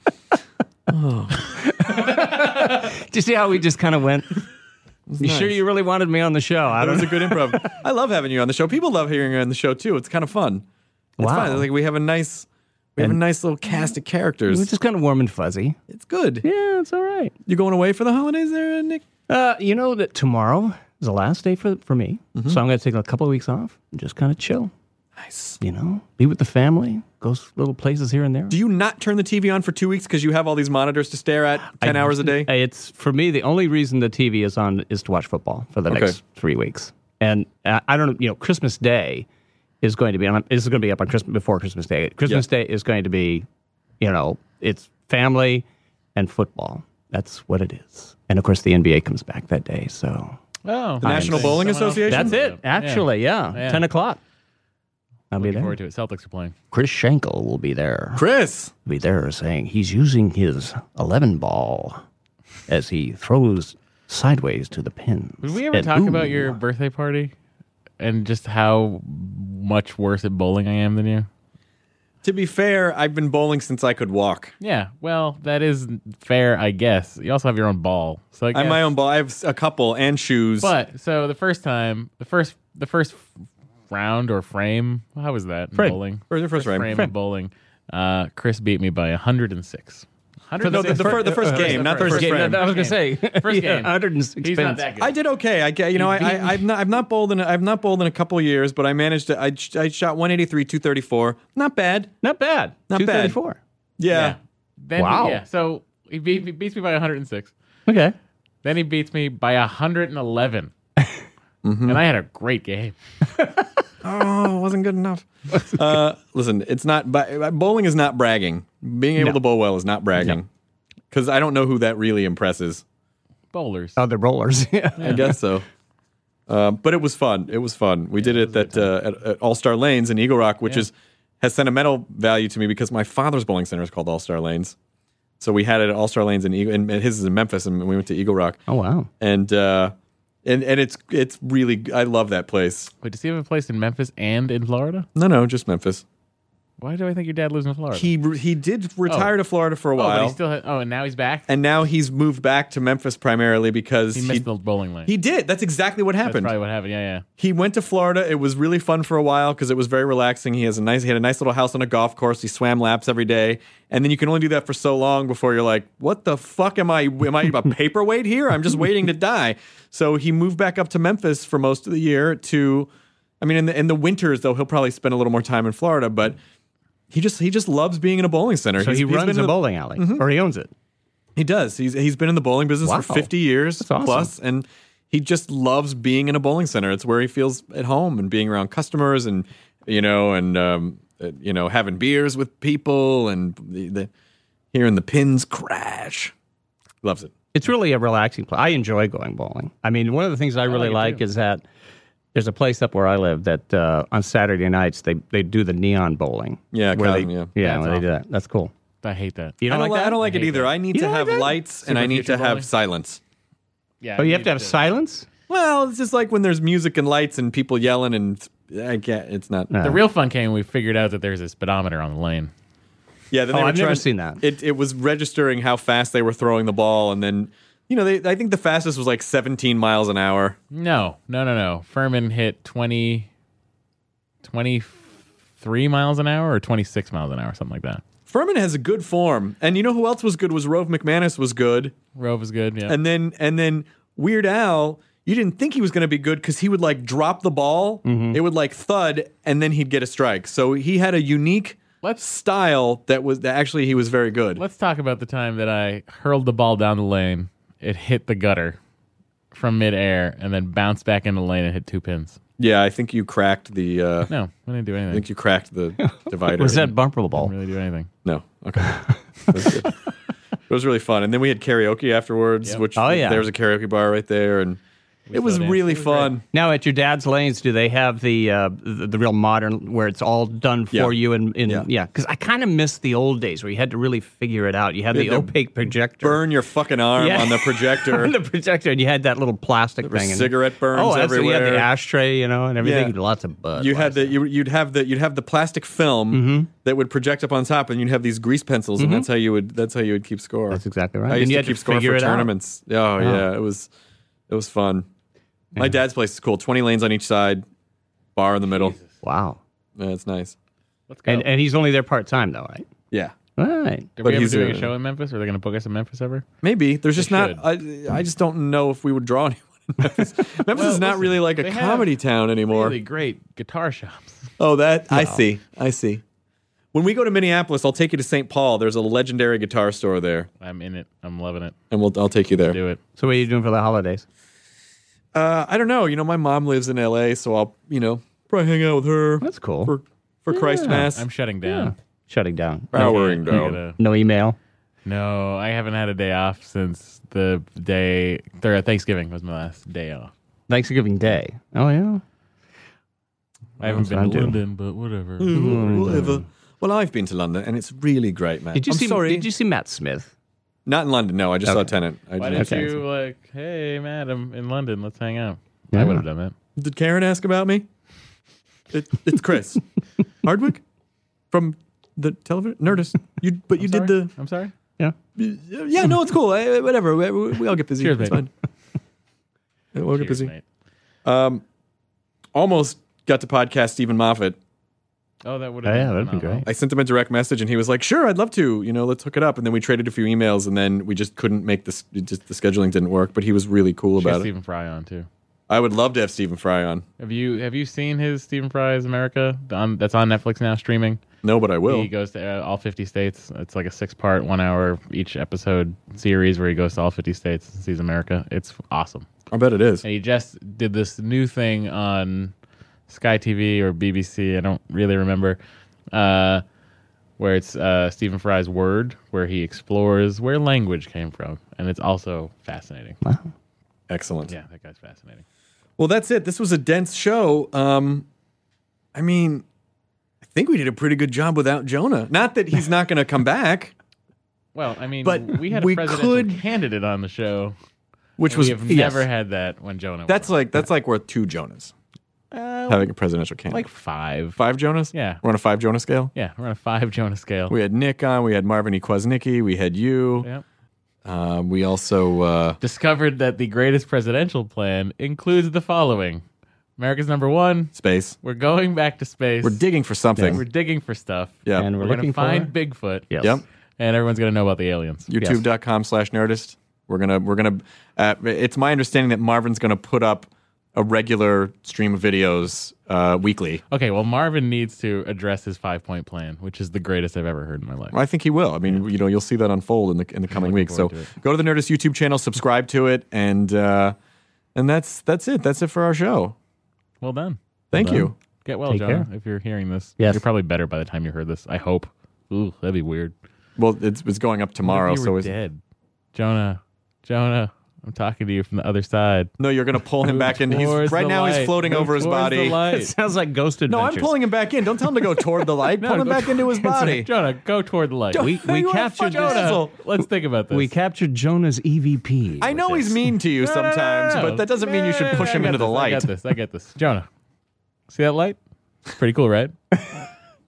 Speaker 6: Do you see how we just kind of went? you sure
Speaker 3: nice.
Speaker 6: you really wanted me on the show? I
Speaker 3: That
Speaker 6: don't
Speaker 3: was
Speaker 6: know.
Speaker 3: a good improv. I love having you on the show. People love hearing you on the show too. It's kind of fun. It's
Speaker 6: Wow.
Speaker 3: fun. It's like we have a nice, we have a nice little cast of
Speaker 6: It
Speaker 3: characters.
Speaker 6: was just kind of warm and fuzzy.
Speaker 3: it's good.
Speaker 6: Yeah, it's all right.
Speaker 3: You going away for the holidays there, uh, Nick?
Speaker 6: Uh, you know that tomorrow is the last day for for me, so I'm going to take a couple of weeks off and just kind of chill. Nice. You know, be with the family, go s- little places here and there.
Speaker 3: Do you not turn the TV on for two weeks because you have all these monitors to stare at ten
Speaker 6: I-
Speaker 3: hours a day?
Speaker 6: Hey, It's for me the only reason the TV is on is to watch football for the
Speaker 3: Okay.
Speaker 6: next three weeks, and uh, I don't know. You know, Christmas Day is going to be on. This is going to be up on Christmas before Christmas Day. Christmas Day is going to be, you know, it's family and football. That's what it is. And of course, the NBA comes back that day, so
Speaker 4: Oh,
Speaker 3: The National Bowling Association.
Speaker 6: that's it.
Speaker 4: Yeah.
Speaker 6: Actually, yeah,
Speaker 4: Yeah.
Speaker 6: ten o'clock. I'll be
Speaker 4: Looking
Speaker 6: there.
Speaker 4: forward to it. Celtics are playing.
Speaker 6: Chris Schenkel will be there
Speaker 3: Chris,
Speaker 6: be there saying he's using his 11 ball as he throws sideways to the pin.
Speaker 4: Did we ever talk about your birthday party and just how much worse at bowling I am than you?
Speaker 3: to be fair, I've been bowling since I could walk.
Speaker 4: Yeah, well, that is fair, I guess. You also have your own ball, so I
Speaker 3: I have my
Speaker 4: guess-
Speaker 3: own ball. I have a couple and shoes.
Speaker 4: But so the first time, the first, the first round or frame, how was that? in
Speaker 6: Frame.
Speaker 4: Bowling.
Speaker 3: Or the first frame.
Speaker 4: frame,
Speaker 3: Frame.
Speaker 4: of bowling. Uh, Chris beat me by 106.
Speaker 3: no, the, the, fir- the first game, not the first,
Speaker 6: game.
Speaker 3: frame.
Speaker 6: No, no, I was gonna say,
Speaker 4: first
Speaker 6: yeah,
Speaker 4: game.
Speaker 6: 106
Speaker 4: He's not
Speaker 6: pins.
Speaker 4: that good.
Speaker 3: I did okay. I ca- you know I, I I've not I've not bowled in I've not bowled in a couple years, but I managed to I, sh- I shot 183 234. Not bad.
Speaker 6: Not bad.
Speaker 3: Not bad.
Speaker 6: 234.
Speaker 3: Yeah.
Speaker 4: Then
Speaker 6: Wow.
Speaker 4: He, yeah. So he, beat, he beats me by 106.
Speaker 6: Okay.
Speaker 4: Then he beats me by 111.
Speaker 3: Mm-hmm.
Speaker 4: And I had a great game.
Speaker 3: Oh, it wasn't good enougenough. uh, listen, it's not bi- bowling is not bragging. Being able to bowl well is not bragging. Cuz I don't know who that really impresses.
Speaker 4: Bowlers.
Speaker 3: Uh,
Speaker 6: Other Oh, rollers. Yeah.
Speaker 3: I guess so. Uh, but it was fun. It was fun. We did it at, uh, at, at All Star Lanes in Eagle Rock, which is has sentimental value to me because my father's bowling center is called All Star Lanes. So we had it at All Star Lanes in Eagle, and, and his is in Memphis, and we went to Eagle Rock,
Speaker 6: Oh, wow.
Speaker 3: and uh, and and it's it's really I love that place.
Speaker 4: Wait, does he have a place in Memphis and in Florida?
Speaker 3: No, no, just Memphis.
Speaker 4: Why do I think your dad lives in Florida?
Speaker 3: He re- he did retire
Speaker 4: Oh.
Speaker 3: to Florida for a
Speaker 4: oh, but
Speaker 3: while,
Speaker 4: he still has, oh, and now he's back.
Speaker 3: and now he's moved back to Memphis primarily because
Speaker 4: he
Speaker 3: he
Speaker 4: missed the bowling lane.
Speaker 3: he did. That's exactly what
Speaker 4: That's
Speaker 3: happened.
Speaker 4: probably what happened. Yeah, yeah.
Speaker 3: he went to Florida. It was really fun for a while because it was very relaxing. He has a nice, he had a nice little house on a golf course. He swam laps every day, and then you can only do that for so long before you're like, "What the fuck am I? Am I a paperweight here? I'm just waiting to die." So he moved back up to Memphis for most of the year. To, I mean, in the in the winters though, he'll probably spend a little more time in Florida, but. He just he just loves being in a bowling center.
Speaker 6: So
Speaker 3: He's-
Speaker 6: he
Speaker 3: he's been
Speaker 6: runs
Speaker 3: in
Speaker 6: a
Speaker 3: the-
Speaker 6: bowling alley, or he owns it.
Speaker 3: he does. He's he's been in the bowling business for
Speaker 6: Wow.
Speaker 3: 50 years
Speaker 6: That's awesome.
Speaker 3: plus, and he just loves being in a bowling center. It's where he feels at home and being around customers and you know and um, uh, you know having beers with people and the, the hearing the pins crash. Loves it.
Speaker 6: It's really a relaxing place. I enjoy going bowling. I mean, one of the things I really like is that there's a place up where I live that uh, on Saturday nights they, they do the neon bowling.
Speaker 3: Yeah,
Speaker 6: where
Speaker 3: Cosm,
Speaker 6: they,
Speaker 3: yeah.
Speaker 6: yeah,
Speaker 4: That's
Speaker 6: where they do that. That's cool.
Speaker 4: I hate that.
Speaker 6: You
Speaker 3: I don't,
Speaker 6: don't, like
Speaker 3: li-
Speaker 6: that?
Speaker 3: I don't like it either. I need
Speaker 6: You
Speaker 3: to
Speaker 6: don't like
Speaker 3: have
Speaker 6: that?
Speaker 3: lights and I
Speaker 4: Super
Speaker 3: need
Speaker 4: future
Speaker 3: to have
Speaker 4: bowling?
Speaker 3: silence.
Speaker 4: Yeah.
Speaker 6: Oh, you have to have silence.
Speaker 3: Well, it's just like when there's music and lights and people yelling and I can't. It's not.
Speaker 4: The real fun came when we figured out that there's a speedometer on the lane.
Speaker 3: Yeah, then
Speaker 6: Oh,
Speaker 3: they were
Speaker 6: I've never
Speaker 3: trying-
Speaker 6: seen that.
Speaker 3: It it was registering how fast they were throwing the ball, and then you know they I think the fastest was like 17 miles an hour.
Speaker 4: No, no, no, no. Furman hit 20, 23 miles an hour or 26 miles an hour, something like that.
Speaker 3: Furman has a good form, and you know who else was good was Rove McManus was good,
Speaker 4: Rove is good. Yeah.
Speaker 3: and then and then Weird Al. You didn't think he was going to be good because he would like drop the ball,
Speaker 6: Mm-hmm.
Speaker 3: it would like thud, and then he'd get a strike. So he had a unique
Speaker 4: Let's-
Speaker 3: style that was that actually he was very good.
Speaker 4: Let's talk about the time that I hurled the ball down the lane. It hit the gutter from midair and then bounced back in the lane and hit two pins.
Speaker 3: Yeah, I think you cracked the. Uh,
Speaker 4: No, I didn't do
Speaker 3: I
Speaker 4: anything.
Speaker 3: think you cracked the divider.
Speaker 7: Was that bumperable
Speaker 4: I
Speaker 7: ball?
Speaker 4: didn't really do anything.
Speaker 3: No. Okay. That was good. it was really fun. And then we had karaoke afterwards,
Speaker 4: Yep.
Speaker 3: which
Speaker 7: Oh, yeah.
Speaker 3: there was a karaoke bar right there. And it was
Speaker 4: danced.
Speaker 3: really
Speaker 4: It was
Speaker 3: fun.
Speaker 7: Now, at your dad's lanes, do they have the uh, the, the real modern where it's all done for
Speaker 3: Yeah.
Speaker 7: you? And in,
Speaker 3: Yeah.
Speaker 7: yeah, because I kind of miss the old days where you had to really figure it out. You had
Speaker 3: You
Speaker 7: the
Speaker 3: had to
Speaker 7: opaque projector,
Speaker 3: Burn your fucking arm
Speaker 7: Yeah.
Speaker 3: on the projector.
Speaker 7: on the projector, and you had that little plastic
Speaker 3: were
Speaker 7: thing. and-
Speaker 3: cigarette burns
Speaker 7: oh, that's- You had
Speaker 3: everywhere.
Speaker 7: the ashtray, you know, and everything.
Speaker 3: Yeah.
Speaker 7: Lots of bud.
Speaker 3: you had the you, you'd have the you'd have the plastic film
Speaker 7: Mm-hmm.
Speaker 3: that would project up on top, and you'd have these grease pencils, and that's how you would that's how you would keep score.
Speaker 7: That's exactly right.
Speaker 3: I
Speaker 7: And
Speaker 3: used
Speaker 7: you
Speaker 3: to
Speaker 7: had to
Speaker 3: keep score
Speaker 7: figure
Speaker 3: for
Speaker 7: it out.
Speaker 3: tournaments. Oh, yeah, it was it was fun. My dad's place is cool. Twenty lanes on each side, bar in the middle.
Speaker 7: wow.
Speaker 3: Yeah, it's nice.
Speaker 7: And and he's only there part time though, right?
Speaker 3: Yeah,
Speaker 7: All right.
Speaker 3: But
Speaker 4: Are we ever
Speaker 3: he's
Speaker 4: doing a
Speaker 3: doing it.
Speaker 4: show in Memphis? Are they going to book us in Memphis ever?
Speaker 3: Maybe there's just not.
Speaker 4: should.
Speaker 3: I, I just don't know if we would draw anyone. in Memphis Memphis is not
Speaker 4: listen,
Speaker 3: really like
Speaker 4: they
Speaker 3: a
Speaker 4: have
Speaker 3: comedy town anymore.
Speaker 4: Really great guitar shops.
Speaker 3: Oh, that I see. I see. When we go to Minneapolis, I'll take you to St. Paul. There's a legendary guitar store there,
Speaker 4: I'm in it. I'm loving it.
Speaker 3: and we'll I'll take you there.
Speaker 4: Do it.
Speaker 7: So what are you doing for the holidays?
Speaker 3: Uh, I don't know. You know, my mom lives in L.A., so I'll you know probably hang out with her
Speaker 7: That's cool.
Speaker 3: for for Christ Mass.
Speaker 4: I'm shutting down.
Speaker 7: Shutting down.
Speaker 3: powering
Speaker 4: I
Speaker 3: down.
Speaker 4: gotta-
Speaker 7: No email.
Speaker 4: no, I haven't had a day off since the day thir- Thanksgiving was my last day off.
Speaker 7: Thanksgiving Day. Oh yeah.
Speaker 4: I haven't
Speaker 7: That's
Speaker 4: been
Speaker 7: what
Speaker 4: to
Speaker 7: I do.
Speaker 4: London, but whatever.
Speaker 3: Whatever. Well, I've been to London, and it's really great, man.
Speaker 7: Did you
Speaker 3: I'm
Speaker 7: see?
Speaker 3: sorry,
Speaker 7: Did you see Matt Smith?
Speaker 3: not in London. No, I just saw
Speaker 7: Okay.
Speaker 3: Tenant. I
Speaker 4: Why
Speaker 3: didn't-
Speaker 4: didn't
Speaker 7: Okay.
Speaker 4: you like, hey, Matt, I'm in London. Let's hang out. I
Speaker 7: Yeah.
Speaker 4: would have done that.
Speaker 3: Did Karen ask about me? It, it's Chris Hardwick from the television Nerdist. You, but you did the.
Speaker 4: I'm sorry.
Speaker 7: Yeah.
Speaker 3: Yeah, no, it's cool. I, whatever. We, we- we all get busy.
Speaker 4: Cheers,
Speaker 3: it's
Speaker 4: mate.
Speaker 3: fine. we all get
Speaker 4: Cheers,
Speaker 3: busy. Um,
Speaker 4: mate.
Speaker 3: Almost got to podcast Stephen Moffat.
Speaker 4: Oh, that would
Speaker 7: Oh,
Speaker 4: have.
Speaker 7: yeah, that'd be great.
Speaker 3: I sent him a direct message, and he was like, "Sure, I'd love to. You know, let's hook it up." And then we traded a few emails, and then we just couldn't make this. it Just the scheduling didn't work. But he was really cool
Speaker 4: She has
Speaker 3: about it.
Speaker 4: Stephen Fry on too.
Speaker 3: I would love to have Stephen Fry on.
Speaker 4: Have you have you seen his Stephen Fry's America? The- On, that's on Netflix now, streaming.
Speaker 3: No, but I will.
Speaker 4: He goes to uh, all 50 states. It's like a six part, one hour each episode series where he goes to all 50 states and sees America. It's awesome.
Speaker 3: I bet it is.
Speaker 4: And he just did this new thing on Sky TV or BBC. I don't really remember. Uh, where it's uh, Stephen Fry's Word, where he explores where language came from. And it's also fascinating.
Speaker 3: Excellent.
Speaker 4: Yeah, that guy's fascinating.
Speaker 3: Well, that's it. This was a dense show. Um, I mean, I think we did a pretty good job without Jonah. Not that he's not going to come back,
Speaker 4: Well, I mean,
Speaker 3: But
Speaker 4: we had a
Speaker 3: we
Speaker 4: presidential
Speaker 3: could-
Speaker 4: candidate on the show.
Speaker 3: which
Speaker 4: and
Speaker 3: was
Speaker 4: we have
Speaker 3: yes.
Speaker 4: never had that when Jonah. was
Speaker 3: That's
Speaker 4: on.
Speaker 3: like that's like worth two Jonas having a presidential candidate.
Speaker 4: like five.
Speaker 3: five Jonas.
Speaker 4: Yeah.
Speaker 3: we're on a five Jonah scale.
Speaker 4: Yeah, we're on a five Jonah scale.
Speaker 3: We had Nick on. We had Marvin E. Kwasnicki. We had you.
Speaker 4: Yep.
Speaker 3: Um, we also uh,
Speaker 4: discovered that the greatest presidential plan includes the following America's number one.
Speaker 3: space.
Speaker 4: We're going back to space.
Speaker 3: We're digging for something.
Speaker 4: We're digging for stuff.
Speaker 3: Yeah.
Speaker 7: And
Speaker 4: We're,
Speaker 7: we're,
Speaker 4: going to
Speaker 7: looking
Speaker 4: find
Speaker 7: for.
Speaker 4: Bigfoot.
Speaker 7: Yes.
Speaker 3: Yep.
Speaker 4: And everyone's going to know about the aliens.
Speaker 3: youtube.com slash nerdist we're gonna we're gonna uh, it's my understanding that marvin's gonna put up a regular stream of videos uh, weekly
Speaker 4: Okay, well, Marvin needs to address his five point plan, which is the greatest I've ever heard in my life.
Speaker 3: Well, I think he will. I mean, you know, you'll see that unfold in the in the coming weeks. So go to the Nerdist YouTube channel, subscribe to it, and uh, and that's that's it. That's it for our show.
Speaker 4: Well done.
Speaker 3: Thank you.
Speaker 4: Get well,
Speaker 7: Take
Speaker 4: Jonah,
Speaker 7: care.
Speaker 4: if you're hearing this.
Speaker 7: Yes.
Speaker 4: You're probably better by the time you heard this. I hope. Ooh, that'd be weird.
Speaker 3: Well, it's, it's going up tomorrow.
Speaker 4: What if you
Speaker 3: so
Speaker 4: were
Speaker 3: it's,
Speaker 4: dead. Jonah, Jonah, I'm talking to you from the other side.
Speaker 3: no, you're gonna pull him back in. He's
Speaker 4: Towards
Speaker 3: right
Speaker 4: the
Speaker 3: now.
Speaker 4: light.
Speaker 3: He's floating
Speaker 4: Move
Speaker 3: over his
Speaker 4: towards the
Speaker 3: body.
Speaker 7: It
Speaker 4: light.
Speaker 7: sounds like Ghost
Speaker 3: No,
Speaker 7: Adventures.
Speaker 3: I'm pulling him back in. Don't tell him to go toward the light. pull him
Speaker 4: go
Speaker 3: back into his body.
Speaker 4: Jonah, go toward the light.
Speaker 7: We, we
Speaker 3: You are
Speaker 7: captured
Speaker 3: fucking
Speaker 7: this.
Speaker 3: asshole.
Speaker 4: Let's think about this.
Speaker 7: We captured Jonah's E EVP.
Speaker 3: I
Speaker 7: with
Speaker 3: know
Speaker 7: this.
Speaker 3: he's mean to you
Speaker 4: No, no, no, no,
Speaker 3: sometimes,
Speaker 4: no.
Speaker 3: but that doesn't mean you should
Speaker 4: No,
Speaker 3: push
Speaker 4: no,
Speaker 3: him
Speaker 4: no, I
Speaker 3: into
Speaker 4: got
Speaker 3: the
Speaker 4: this, I
Speaker 3: light.
Speaker 4: got this. I get this. Jonah, see that light? It's pretty cool, right?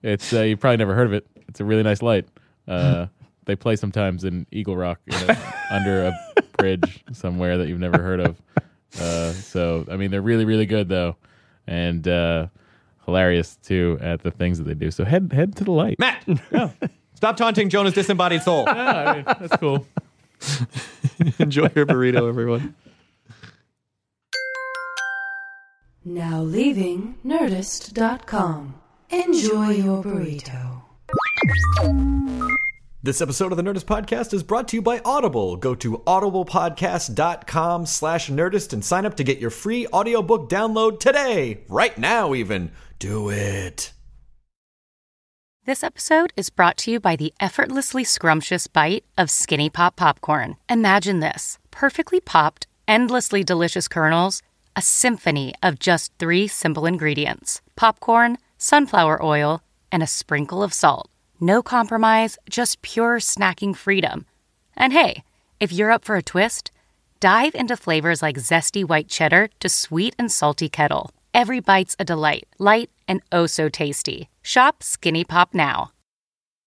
Speaker 4: It's uh, you probably never heard of it. It's a really nice light. Uh, they play sometimes in Eagle Rock you know, under a bridge somewhere that you've never heard of. Uh, so I mean, they're really really good though, and uh, hilarious too at the things that they do. So head head to the light.
Speaker 3: Matt,
Speaker 8: Stop taunting Jonah's disembodied soul.
Speaker 4: I mean, that's cool.
Speaker 8: Enjoy your burrito, everyone.
Speaker 2: Now leaving Nerdist.com. Enjoy your burrito.
Speaker 3: This episode of the Nerdist Podcast is brought to you by Audible. Go to audiblepodcast.com slash nerdist and sign up to get your free audiobook download today. Right now, even. Do it.
Speaker 9: This episode is brought to you by the effortlessly scrumptious bite of Skinny Pop popcorn. Imagine this perfectly popped, endlessly delicious kernels, a symphony of just three simple ingredients popcorn, sunflower oil, and a sprinkle of salt. No compromise, just pure snacking freedom. And hey, if you're up for a twist, dive into flavors like zesty white cheddar to sweet and salty kettle. Every bite's a delight, light and oh so tasty. Shop Skinny Pop now.